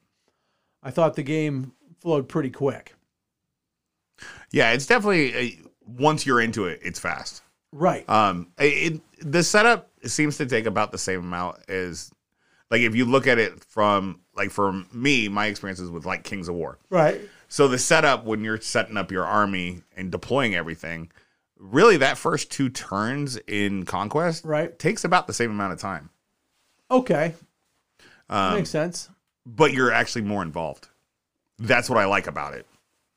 Speaker 2: I thought the game flowed pretty quick.
Speaker 3: Yeah, it's definitely uh, once you're into it, it's fast.
Speaker 2: Right.
Speaker 3: Um, it, it- the setup seems to take about the same amount as, like, if you look at it from, like, for me, my experiences with like Kings of War.
Speaker 2: right.
Speaker 3: So the setup when you're setting up your army and deploying everything, really that first two turns in Conquest
Speaker 2: Right.
Speaker 3: takes about the same amount of time,
Speaker 2: Okay.
Speaker 3: um,
Speaker 2: makes sense.
Speaker 3: but you're actually more involved. That's what I like about it.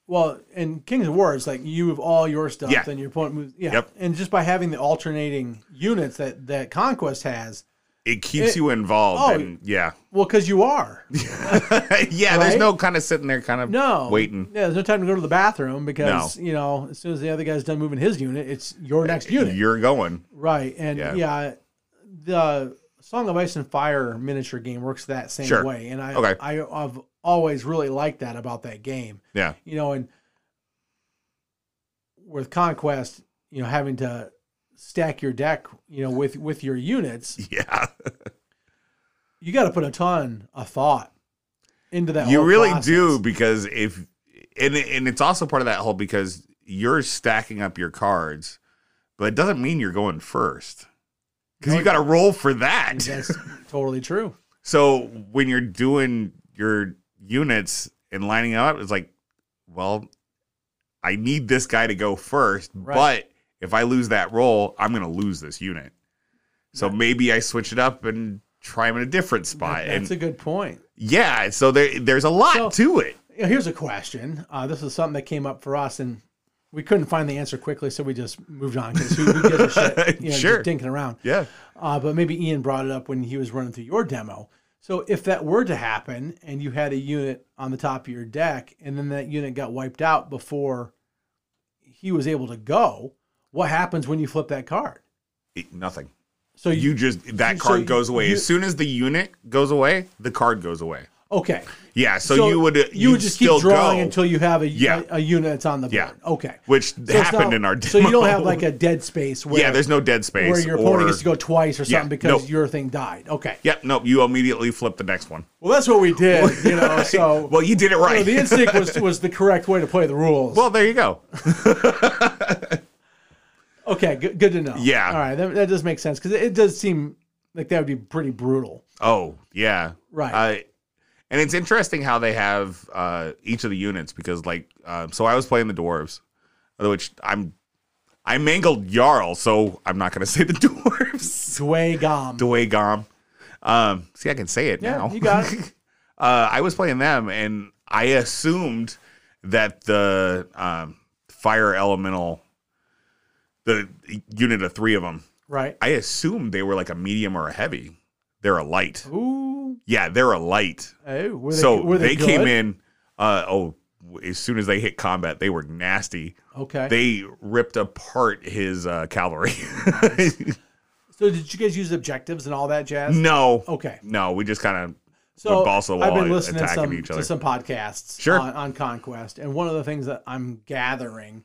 Speaker 2: Well, in Kings of War, it's like you have all your stuff,
Speaker 3: Yeah.
Speaker 2: and your opponent moves. Yeah,
Speaker 3: Yep.
Speaker 2: and just by having the alternating units that that Conquest has,
Speaker 3: It keeps
Speaker 2: It-
Speaker 3: you involved.
Speaker 2: oh.
Speaker 3: and yeah.
Speaker 2: well, because you are
Speaker 3: yeah,
Speaker 2: Right?
Speaker 3: there's no kind of sitting there kind of
Speaker 2: no
Speaker 3: waiting.
Speaker 2: Yeah, there's no time to go to the bathroom because you know as soon as the other guy's done moving his unit, it's your next unit,
Speaker 3: You're going.
Speaker 2: right? And yeah.
Speaker 3: Yeah.
Speaker 2: the Song of Ice and Fire miniature game works that same
Speaker 3: Sure.
Speaker 2: way, and I
Speaker 3: Okay.
Speaker 2: I, I've always really liked that about that game.
Speaker 3: Yeah.
Speaker 2: you know, and with conquest, you know, having to stack your deck, you know, with with your units,
Speaker 3: Yeah.
Speaker 2: you got to put a ton of thought into that.
Speaker 3: you
Speaker 2: whole
Speaker 3: really
Speaker 2: process.
Speaker 3: do because if and it- and it's also part of that whole because you're stacking up your cards, but it doesn't mean you're going first because you got to roll for that.
Speaker 2: That's totally true.
Speaker 3: So when you're doing your units and lining up, it's like, well, I need this guy to go first,
Speaker 2: Right.
Speaker 3: but if I lose that roll, I'm going to lose this unit. So maybe I switch it up and try him in a different spot.
Speaker 2: That's
Speaker 3: and
Speaker 2: a good point.
Speaker 3: yeah, so there, there's a lot
Speaker 2: So-
Speaker 3: to it.
Speaker 2: You know, here's a question. Uh, this is something that came up for us, and we couldn't find the answer quickly, so we just moved on because who, who gives a shit? You know,
Speaker 3: Sure.
Speaker 2: just dinking around.
Speaker 3: Yeah.
Speaker 2: Uh, but maybe Ian brought it up when he was running through your demo. So if that were to happen and you had a unit on the top of your deck and then that unit got wiped out before he was able to go, what happens when you flip that card?
Speaker 3: It- E, nothing.
Speaker 2: So you,
Speaker 3: You just that
Speaker 2: you-
Speaker 3: card
Speaker 2: so
Speaker 3: goes away
Speaker 2: you-
Speaker 3: as soon as the unit goes away. The card goes away.
Speaker 2: okay.
Speaker 3: Yeah. So, you would
Speaker 2: you, would just keep
Speaker 3: still
Speaker 2: drawing
Speaker 3: go,
Speaker 2: until you have a,
Speaker 3: Yeah.
Speaker 2: a, a unit that's on the board.
Speaker 3: Yeah.
Speaker 2: Okay.
Speaker 3: which
Speaker 2: So it's
Speaker 3: happened
Speaker 2: not-
Speaker 3: in our demo.
Speaker 2: So you don't have like a dead space where
Speaker 3: yeah. There's no dead space
Speaker 2: where your opponent
Speaker 3: or-
Speaker 2: gets to go twice or
Speaker 3: Yeah,
Speaker 2: something because
Speaker 3: nope.
Speaker 2: your thing died. Okay.
Speaker 3: Yep. Nope. You immediately flip the next one.
Speaker 2: Well, that's what we did, you know. So
Speaker 3: Well, you did it right.
Speaker 2: Oh. So the instinct was was the correct way to play the rules.
Speaker 3: well, there you go.
Speaker 2: okay, good, good to know.
Speaker 3: Yeah.
Speaker 2: All right, that, that does make sense because it, it does seem like that would be pretty brutal.
Speaker 3: Oh, yeah.
Speaker 2: Right.
Speaker 3: Uh, and it's interesting how they have uh, each of the units because, like, uh, so I was playing the dwarves, which I'm, I mangled Jarl, so I'm not going to say the dwarves.
Speaker 2: Dway Gom.
Speaker 3: Dway Gom. Um, see, I can say it
Speaker 2: yeah,
Speaker 3: now.
Speaker 2: you got it.
Speaker 3: uh, I was playing them, and I assumed that the um, fire elemental, the unit of three of them,
Speaker 2: right.
Speaker 3: I assumed they were like a medium or a heavy. They're a light.
Speaker 2: Ooh.
Speaker 3: Yeah, they're a light.
Speaker 2: Oh, were they,
Speaker 3: so
Speaker 2: were
Speaker 3: they,
Speaker 2: they,
Speaker 3: came
Speaker 2: good?
Speaker 3: in. Uh, oh, as soon as they hit combat, they were nasty.
Speaker 2: Okay.
Speaker 3: They ripped apart his uh, cavalry.
Speaker 2: so did you guys use objectives and all that jazz?
Speaker 3: no,
Speaker 2: Okay.
Speaker 3: no, we just kind
Speaker 2: So
Speaker 3: With balls to the
Speaker 2: I've
Speaker 3: wall
Speaker 2: been listening to
Speaker 3: attacking
Speaker 2: some,
Speaker 3: each
Speaker 2: to
Speaker 3: other.
Speaker 2: some podcasts
Speaker 3: Sure.
Speaker 2: on, on conquest, and one of the things that I'm gathering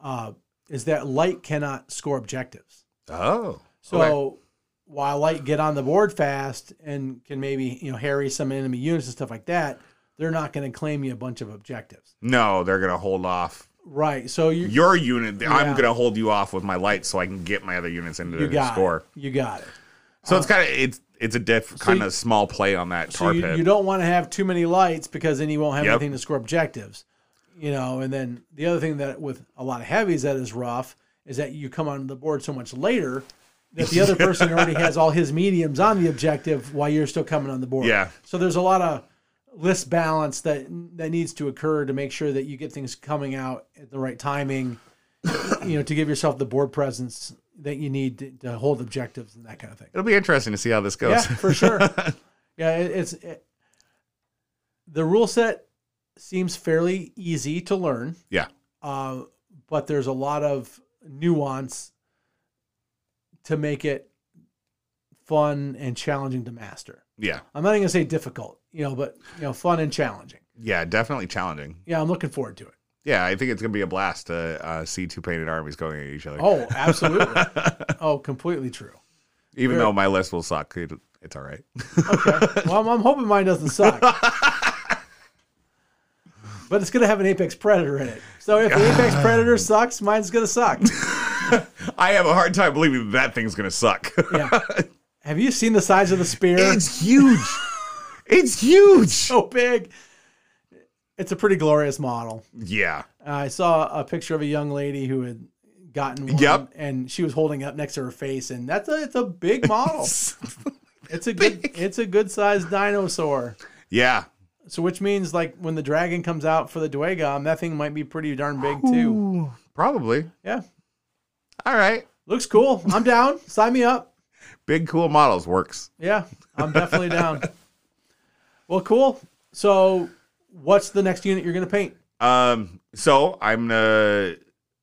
Speaker 2: uh, is that light cannot score objectives.
Speaker 3: of oh,
Speaker 2: So
Speaker 3: okay.
Speaker 2: while light get on the board fast and can maybe you know harry some enemy units and stuff like that, they're not going to claim you a bunch of objectives.
Speaker 3: no, they're gonna hold off
Speaker 2: Right. So you you,
Speaker 3: your unit. I'm
Speaker 2: Yeah.
Speaker 3: gonna hold you off with my light so I can get my other units into the
Speaker 2: got
Speaker 3: score.
Speaker 2: It. you got it.
Speaker 3: So it's kind of it's it's a diff kind
Speaker 2: you-
Speaker 3: of small play on that
Speaker 2: So
Speaker 3: tar
Speaker 2: you,
Speaker 3: pit.
Speaker 2: you don't want to have too many lights because then you won't have
Speaker 3: Yep.
Speaker 2: anything to score objectives. You know, and then the other thing that with a lot of heavies that is rough is that you come on the board so much later that the other person already has all his mediums on the objective while you're still coming on the board.
Speaker 3: Yeah.
Speaker 2: So there's a lot of list balance that that needs to occur to make sure that you get things coming out at the right timing, you know, to give yourself the board presence that you need to, to hold objectives and that kind of thing.
Speaker 3: It'll be interesting to see how this
Speaker 2: Yeah,
Speaker 3: goes.
Speaker 2: for sure. yeah, it, it's it- the rule set seems fairly easy to learn.
Speaker 3: Yeah.
Speaker 2: Uh, but there's a lot of nuance to make it fun and challenging to master.
Speaker 3: yeah,
Speaker 2: I'm not even gonna say difficult, you know, but you know, fun and challenging.
Speaker 3: yeah, definitely challenging.
Speaker 2: Yeah, I'm looking forward to it.
Speaker 3: Yeah, I think it's gonna be a blast to uh, see two painted armies going at each other.
Speaker 2: Oh, absolutely. oh, completely true.
Speaker 3: Even
Speaker 2: Very-
Speaker 3: though my list will suck, it, it's all right.
Speaker 2: Okay. Well, I'm, I'm hoping mine doesn't suck. but it's going to have an Apex Predator in it. So if the Apex Predator sucks, mine's going to suck.
Speaker 3: I have a hard time believing that thing's gonna suck.
Speaker 2: Yeah. Have you seen the size of the spear?
Speaker 3: it's huge. It's huge.
Speaker 2: so big. It's a pretty glorious model.
Speaker 3: Yeah.
Speaker 2: I saw a picture of a young lady who had gotten one
Speaker 3: Yep.
Speaker 2: and she was holding it up next to her face and that's a it's a big model. it's a good it's a good sized dinosaur.
Speaker 3: Yeah.
Speaker 2: So which means like when the dragon comes out for the Dwagom, that thing might be pretty darn big too.
Speaker 3: Ooh, probably.
Speaker 2: Yeah.
Speaker 3: All right.
Speaker 2: Looks cool. I'm down. Sign me up.
Speaker 3: Big cool models works.
Speaker 2: Yeah. I'm definitely down. Well, cool. So what's the next unit you're gonna paint?
Speaker 3: Um. So I'm gonna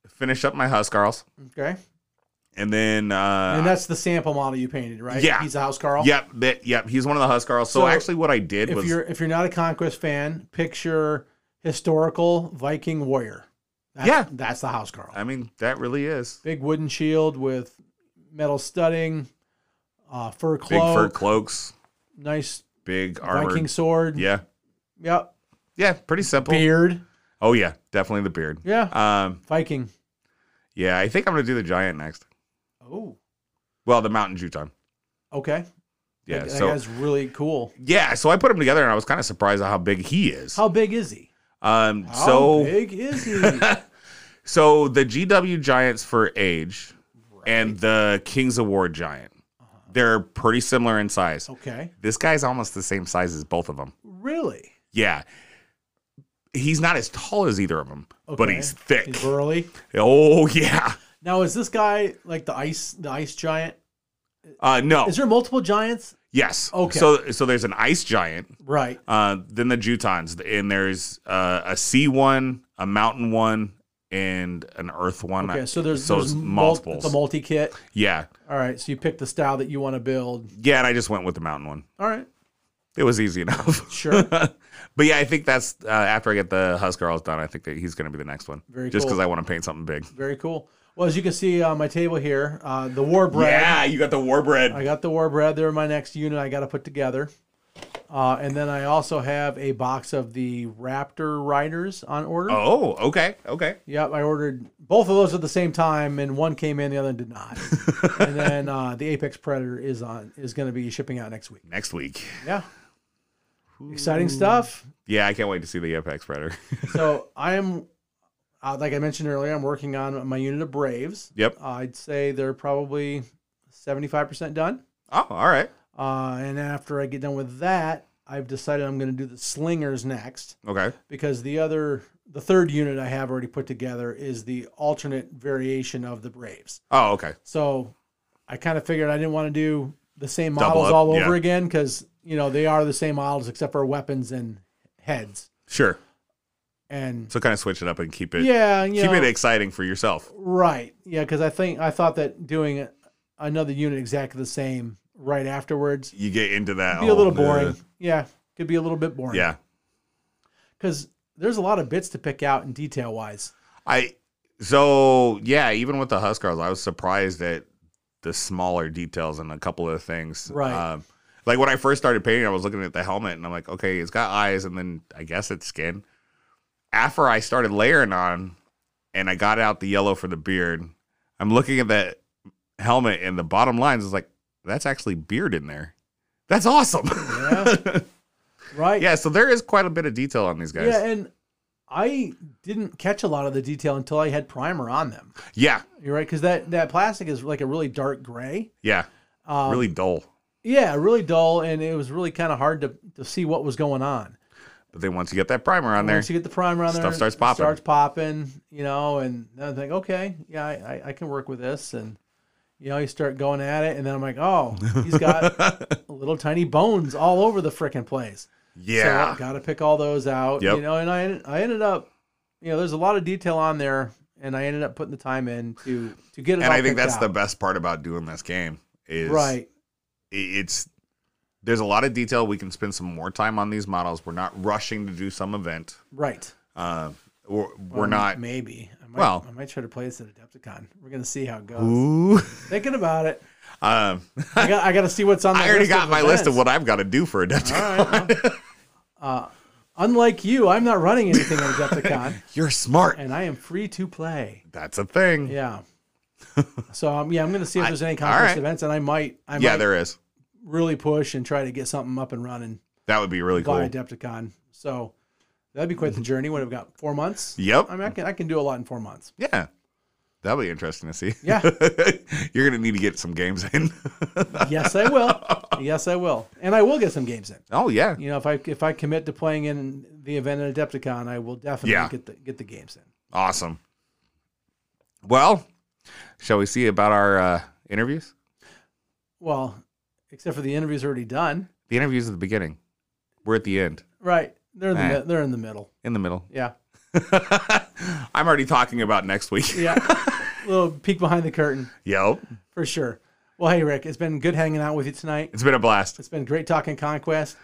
Speaker 3: finish up my huskarls,
Speaker 2: Okay.
Speaker 3: and then uh,
Speaker 2: And that's the sample model you painted, right?
Speaker 3: Yeah.
Speaker 2: He's a house Carl.
Speaker 3: Yep, that yep, he's one of the Huskarls. So,
Speaker 2: So,
Speaker 3: actually what I did
Speaker 2: If
Speaker 3: was
Speaker 2: you're if you're not a conquest fan, picture historical Viking warrior. That's,
Speaker 3: Yeah. Uh,
Speaker 2: That's the house Carl.
Speaker 3: I mean, that really is.
Speaker 2: Big wooden shield with metal studding, uh, fur
Speaker 3: Big
Speaker 2: cloak,
Speaker 3: fur cloaks,
Speaker 2: nice
Speaker 3: big armor.
Speaker 2: Viking sword.
Speaker 3: Yeah.
Speaker 2: Yep.
Speaker 3: Yeah, pretty simple.
Speaker 2: Beard.
Speaker 3: Oh yeah, definitely the beard.
Speaker 2: Yeah.
Speaker 3: Um
Speaker 2: Viking.
Speaker 3: yeah, I think I'm going to do the giant next.
Speaker 2: Oh.
Speaker 3: Well, the mountain Juton.
Speaker 2: Okay.
Speaker 3: Yeah,
Speaker 2: That, that
Speaker 3: so
Speaker 2: guy's really cool.
Speaker 3: yeah, so I put him together and I was kind of surprised at how big he is.
Speaker 2: How big is he?
Speaker 3: Um
Speaker 2: How
Speaker 3: so
Speaker 2: big is he?
Speaker 3: so the GW Giants for age and the King's Award Giant.
Speaker 2: Uh-huh.
Speaker 3: They're pretty similar in size.
Speaker 2: okay.
Speaker 3: This guy's almost the same size as both of them.
Speaker 2: Really?
Speaker 3: Yeah. he's not as tall as either of them, but
Speaker 2: Okay.
Speaker 3: he's thick.
Speaker 2: He's burly.
Speaker 3: oh yeah.
Speaker 2: Now is this guy like the ice the ice giant?
Speaker 3: Uh, no.
Speaker 2: Is there multiple giants?
Speaker 3: yes.
Speaker 2: Okay.
Speaker 3: So so there's an ice giant.
Speaker 2: Right.
Speaker 3: Uh, then the Jutons, and there's uh, a sea one, a mountain one, and an earth one.
Speaker 2: Okay, so there's,
Speaker 3: so
Speaker 2: there's
Speaker 3: it's
Speaker 2: mul-
Speaker 3: multiples.
Speaker 2: It's a multi kit.
Speaker 3: yeah,
Speaker 2: All right, so you pick the style that you want to build.
Speaker 3: yeah, and I just went with the mountain one.
Speaker 2: All right,
Speaker 3: It was easy enough.
Speaker 2: sure.
Speaker 3: but yeah, I think that's uh, after I get the Husker all done. I think that he's going to be the next one.
Speaker 2: Very
Speaker 3: just
Speaker 2: cool.
Speaker 3: because I want to paint something big.
Speaker 2: Very cool. Well, as you can see on my table here, uh, the war bread.
Speaker 3: Yeah, you got the war bread.
Speaker 2: I got the war bread. They're my next unit I got to put together. Uh, and then I also have a box of the Raptor Riders on order.
Speaker 3: oh, okay, okay.
Speaker 2: Yep, I ordered both of those at the same time, and one came in, the other did not. and then uh, the Apex Predator is on is going to be shipping out next week.
Speaker 3: Next week.
Speaker 2: Yeah, exciting stuff.
Speaker 3: Yeah, I can't wait to see the Apex Predator.
Speaker 2: so I am, uh, like I mentioned earlier, I'm working on my unit of Braves.
Speaker 3: yep.
Speaker 2: I'd say they're probably 75% done.
Speaker 3: Oh, all right.
Speaker 2: Uh, and after I get done with that, I've decided I'm going to do the Slingers next
Speaker 3: Okay.
Speaker 2: because the other, the third unit I have already put together is the alternate variation of the Braves.
Speaker 3: Oh, okay.
Speaker 2: So I kind of figured I didn't want to do the same
Speaker 3: Double
Speaker 2: models
Speaker 3: up,
Speaker 2: all over
Speaker 3: yeah.
Speaker 2: again because, you know, they are the same models except for weapons and heads.
Speaker 3: Sure.
Speaker 2: And
Speaker 3: So kind of switch it up and keep it.
Speaker 2: yeah, you
Speaker 3: keep
Speaker 2: know,
Speaker 3: it exciting for yourself.
Speaker 2: Right. Yeah, because I think I thought that doing another unit exactly the same right afterwards
Speaker 3: You get into that.
Speaker 2: be a little
Speaker 3: oh,
Speaker 2: boring.
Speaker 3: uh,
Speaker 2: Yeah, could be a little bit boring.
Speaker 3: yeah.
Speaker 2: because there's a lot of bits to pick out and detail wise.
Speaker 3: I so yeah, even with the Huskers, I was surprised at the smaller details and a couple of things.
Speaker 2: Right.
Speaker 3: Um, like when I first started painting, I was looking at the helmet and I'm like, okay, it's got eyes and then I guess it's skin. After I started layering on and I got out the yellow for the beard, I'm looking at that helmet and the bottom lines is like, that's actually beard in there. That's awesome.
Speaker 2: Yeah.
Speaker 3: Yeah.
Speaker 2: Right.
Speaker 3: so there is quite a bit of detail on these guys.
Speaker 2: Yeah, and I didn't catch a lot of the detail until I had primer on them.
Speaker 3: yeah.
Speaker 2: You're right, because that that plastic is like a really dark gray.
Speaker 3: Yeah.
Speaker 2: Um,
Speaker 3: really dull.
Speaker 2: Yeah, really dull, and it was really kind of hard to to see what was going on.
Speaker 3: But then once you get that primer on there,
Speaker 2: Once you get the primer on there,
Speaker 3: Stuff starts
Speaker 2: it
Speaker 3: popping.
Speaker 2: Starts popping, you know, and then I think, okay, yeah, I, I, I can work with this, and you know, you start going at it, and then I'm like, oh, he's got little tiny bones all over the frickin' place.
Speaker 3: yeah,
Speaker 2: so got to pick all those out,
Speaker 3: Yep.
Speaker 2: you know. And I I ended up, you know, there's a lot of detail on there, and I ended up putting the time in to to get it.
Speaker 3: and
Speaker 2: all
Speaker 3: I
Speaker 2: picked
Speaker 3: think that's the
Speaker 2: out.
Speaker 3: best part about doing this game is
Speaker 2: right.
Speaker 3: i- It's there's a lot of detail. We can spend some more time on these models. We're not rushing to do some event.
Speaker 2: Right.
Speaker 3: Uh, we're we're
Speaker 2: Well,
Speaker 3: not.
Speaker 2: Maybe. I might,
Speaker 3: Well-
Speaker 2: I might try to play this at Adepticon. We're gonna see how it goes.
Speaker 3: Ooh.
Speaker 2: Thinking about it,
Speaker 3: Um,
Speaker 2: I got, I got to see what's on. The
Speaker 3: I already
Speaker 2: list
Speaker 3: got
Speaker 2: of
Speaker 3: my list of
Speaker 2: events.
Speaker 3: what I've got to do for a Adepticon.
Speaker 2: All right. well, uh, unlike you, I'm not running anything on Adepticon,
Speaker 3: You're smart.
Speaker 2: and I am free to play.
Speaker 3: That's a thing. Yeah,
Speaker 2: Yeah. So um, yeah, I'm going to see if
Speaker 3: I-
Speaker 2: there's any
Speaker 3: all
Speaker 2: conference
Speaker 3: right.
Speaker 2: events, and I might, I might
Speaker 3: there is.
Speaker 2: really push and try to get something up and running
Speaker 3: That would be really cool.
Speaker 2: by Adepticon. So that'd be quite the journey. What I've got four months.
Speaker 3: Yep.
Speaker 2: I mean, I can I can do a lot in four months.
Speaker 3: yeah. That'll be interesting to see.
Speaker 2: Yeah.
Speaker 3: You're gonna need to get some games in.
Speaker 2: Yes, I will. yes, I will, and I will get some games in.
Speaker 3: oh yeah.
Speaker 2: You know, if I if I commit to playing in the event at Adepticon, I will definitely
Speaker 3: Yeah.
Speaker 2: get the get the games in.
Speaker 3: Awesome. Well, shall we see about our uh, interviews?
Speaker 2: Well, except for the interview's already done.
Speaker 3: The interviews at the beginning. We're at the end,
Speaker 2: Right. They're in the
Speaker 3: Nah.
Speaker 2: mi- they're in the middle.
Speaker 3: in the middle.
Speaker 2: Yeah.
Speaker 3: I'm already talking about next week.
Speaker 2: Yeah. little peek behind the curtain
Speaker 3: Yo,
Speaker 2: for sure. Well, hey Rick, it's been good hanging out with you tonight.
Speaker 3: it's been a blast.
Speaker 2: It's been great talking conquest.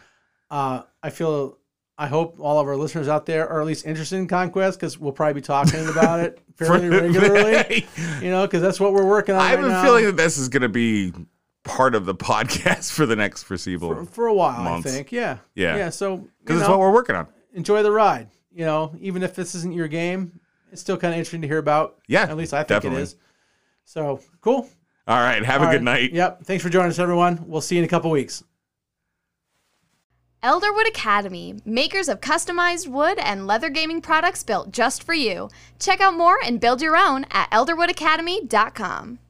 Speaker 2: Uh, I feel I hope all of our listeners out there are at least interested in conquest because we'll probably be talking about it fairly regularly. You know, because that's what we're working on.
Speaker 3: I have
Speaker 2: right now
Speaker 3: a feeling that this is going to be part of the podcast for the next
Speaker 2: for,
Speaker 3: foreseeable
Speaker 2: for a while.
Speaker 3: months.
Speaker 2: I think. Yeah.
Speaker 3: Yeah.
Speaker 2: Yeah. So you
Speaker 3: because it's
Speaker 2: know,
Speaker 3: what we're working on.
Speaker 2: enjoy the ride. You know, even if this isn't your game, it's still kind of interesting to hear about.
Speaker 3: Yeah,
Speaker 2: At least I think
Speaker 3: definitely.
Speaker 2: it is. So cool.
Speaker 3: All right. Have a
Speaker 2: All
Speaker 3: good
Speaker 2: right.
Speaker 3: night.
Speaker 2: Yep. Thanks for joining us, everyone. We'll see you in a couple weeks.
Speaker 4: Elderwood Academy, makers of customized wood and leather gaming products built just for you. Check out more and build your own at elderwoodacademy.com.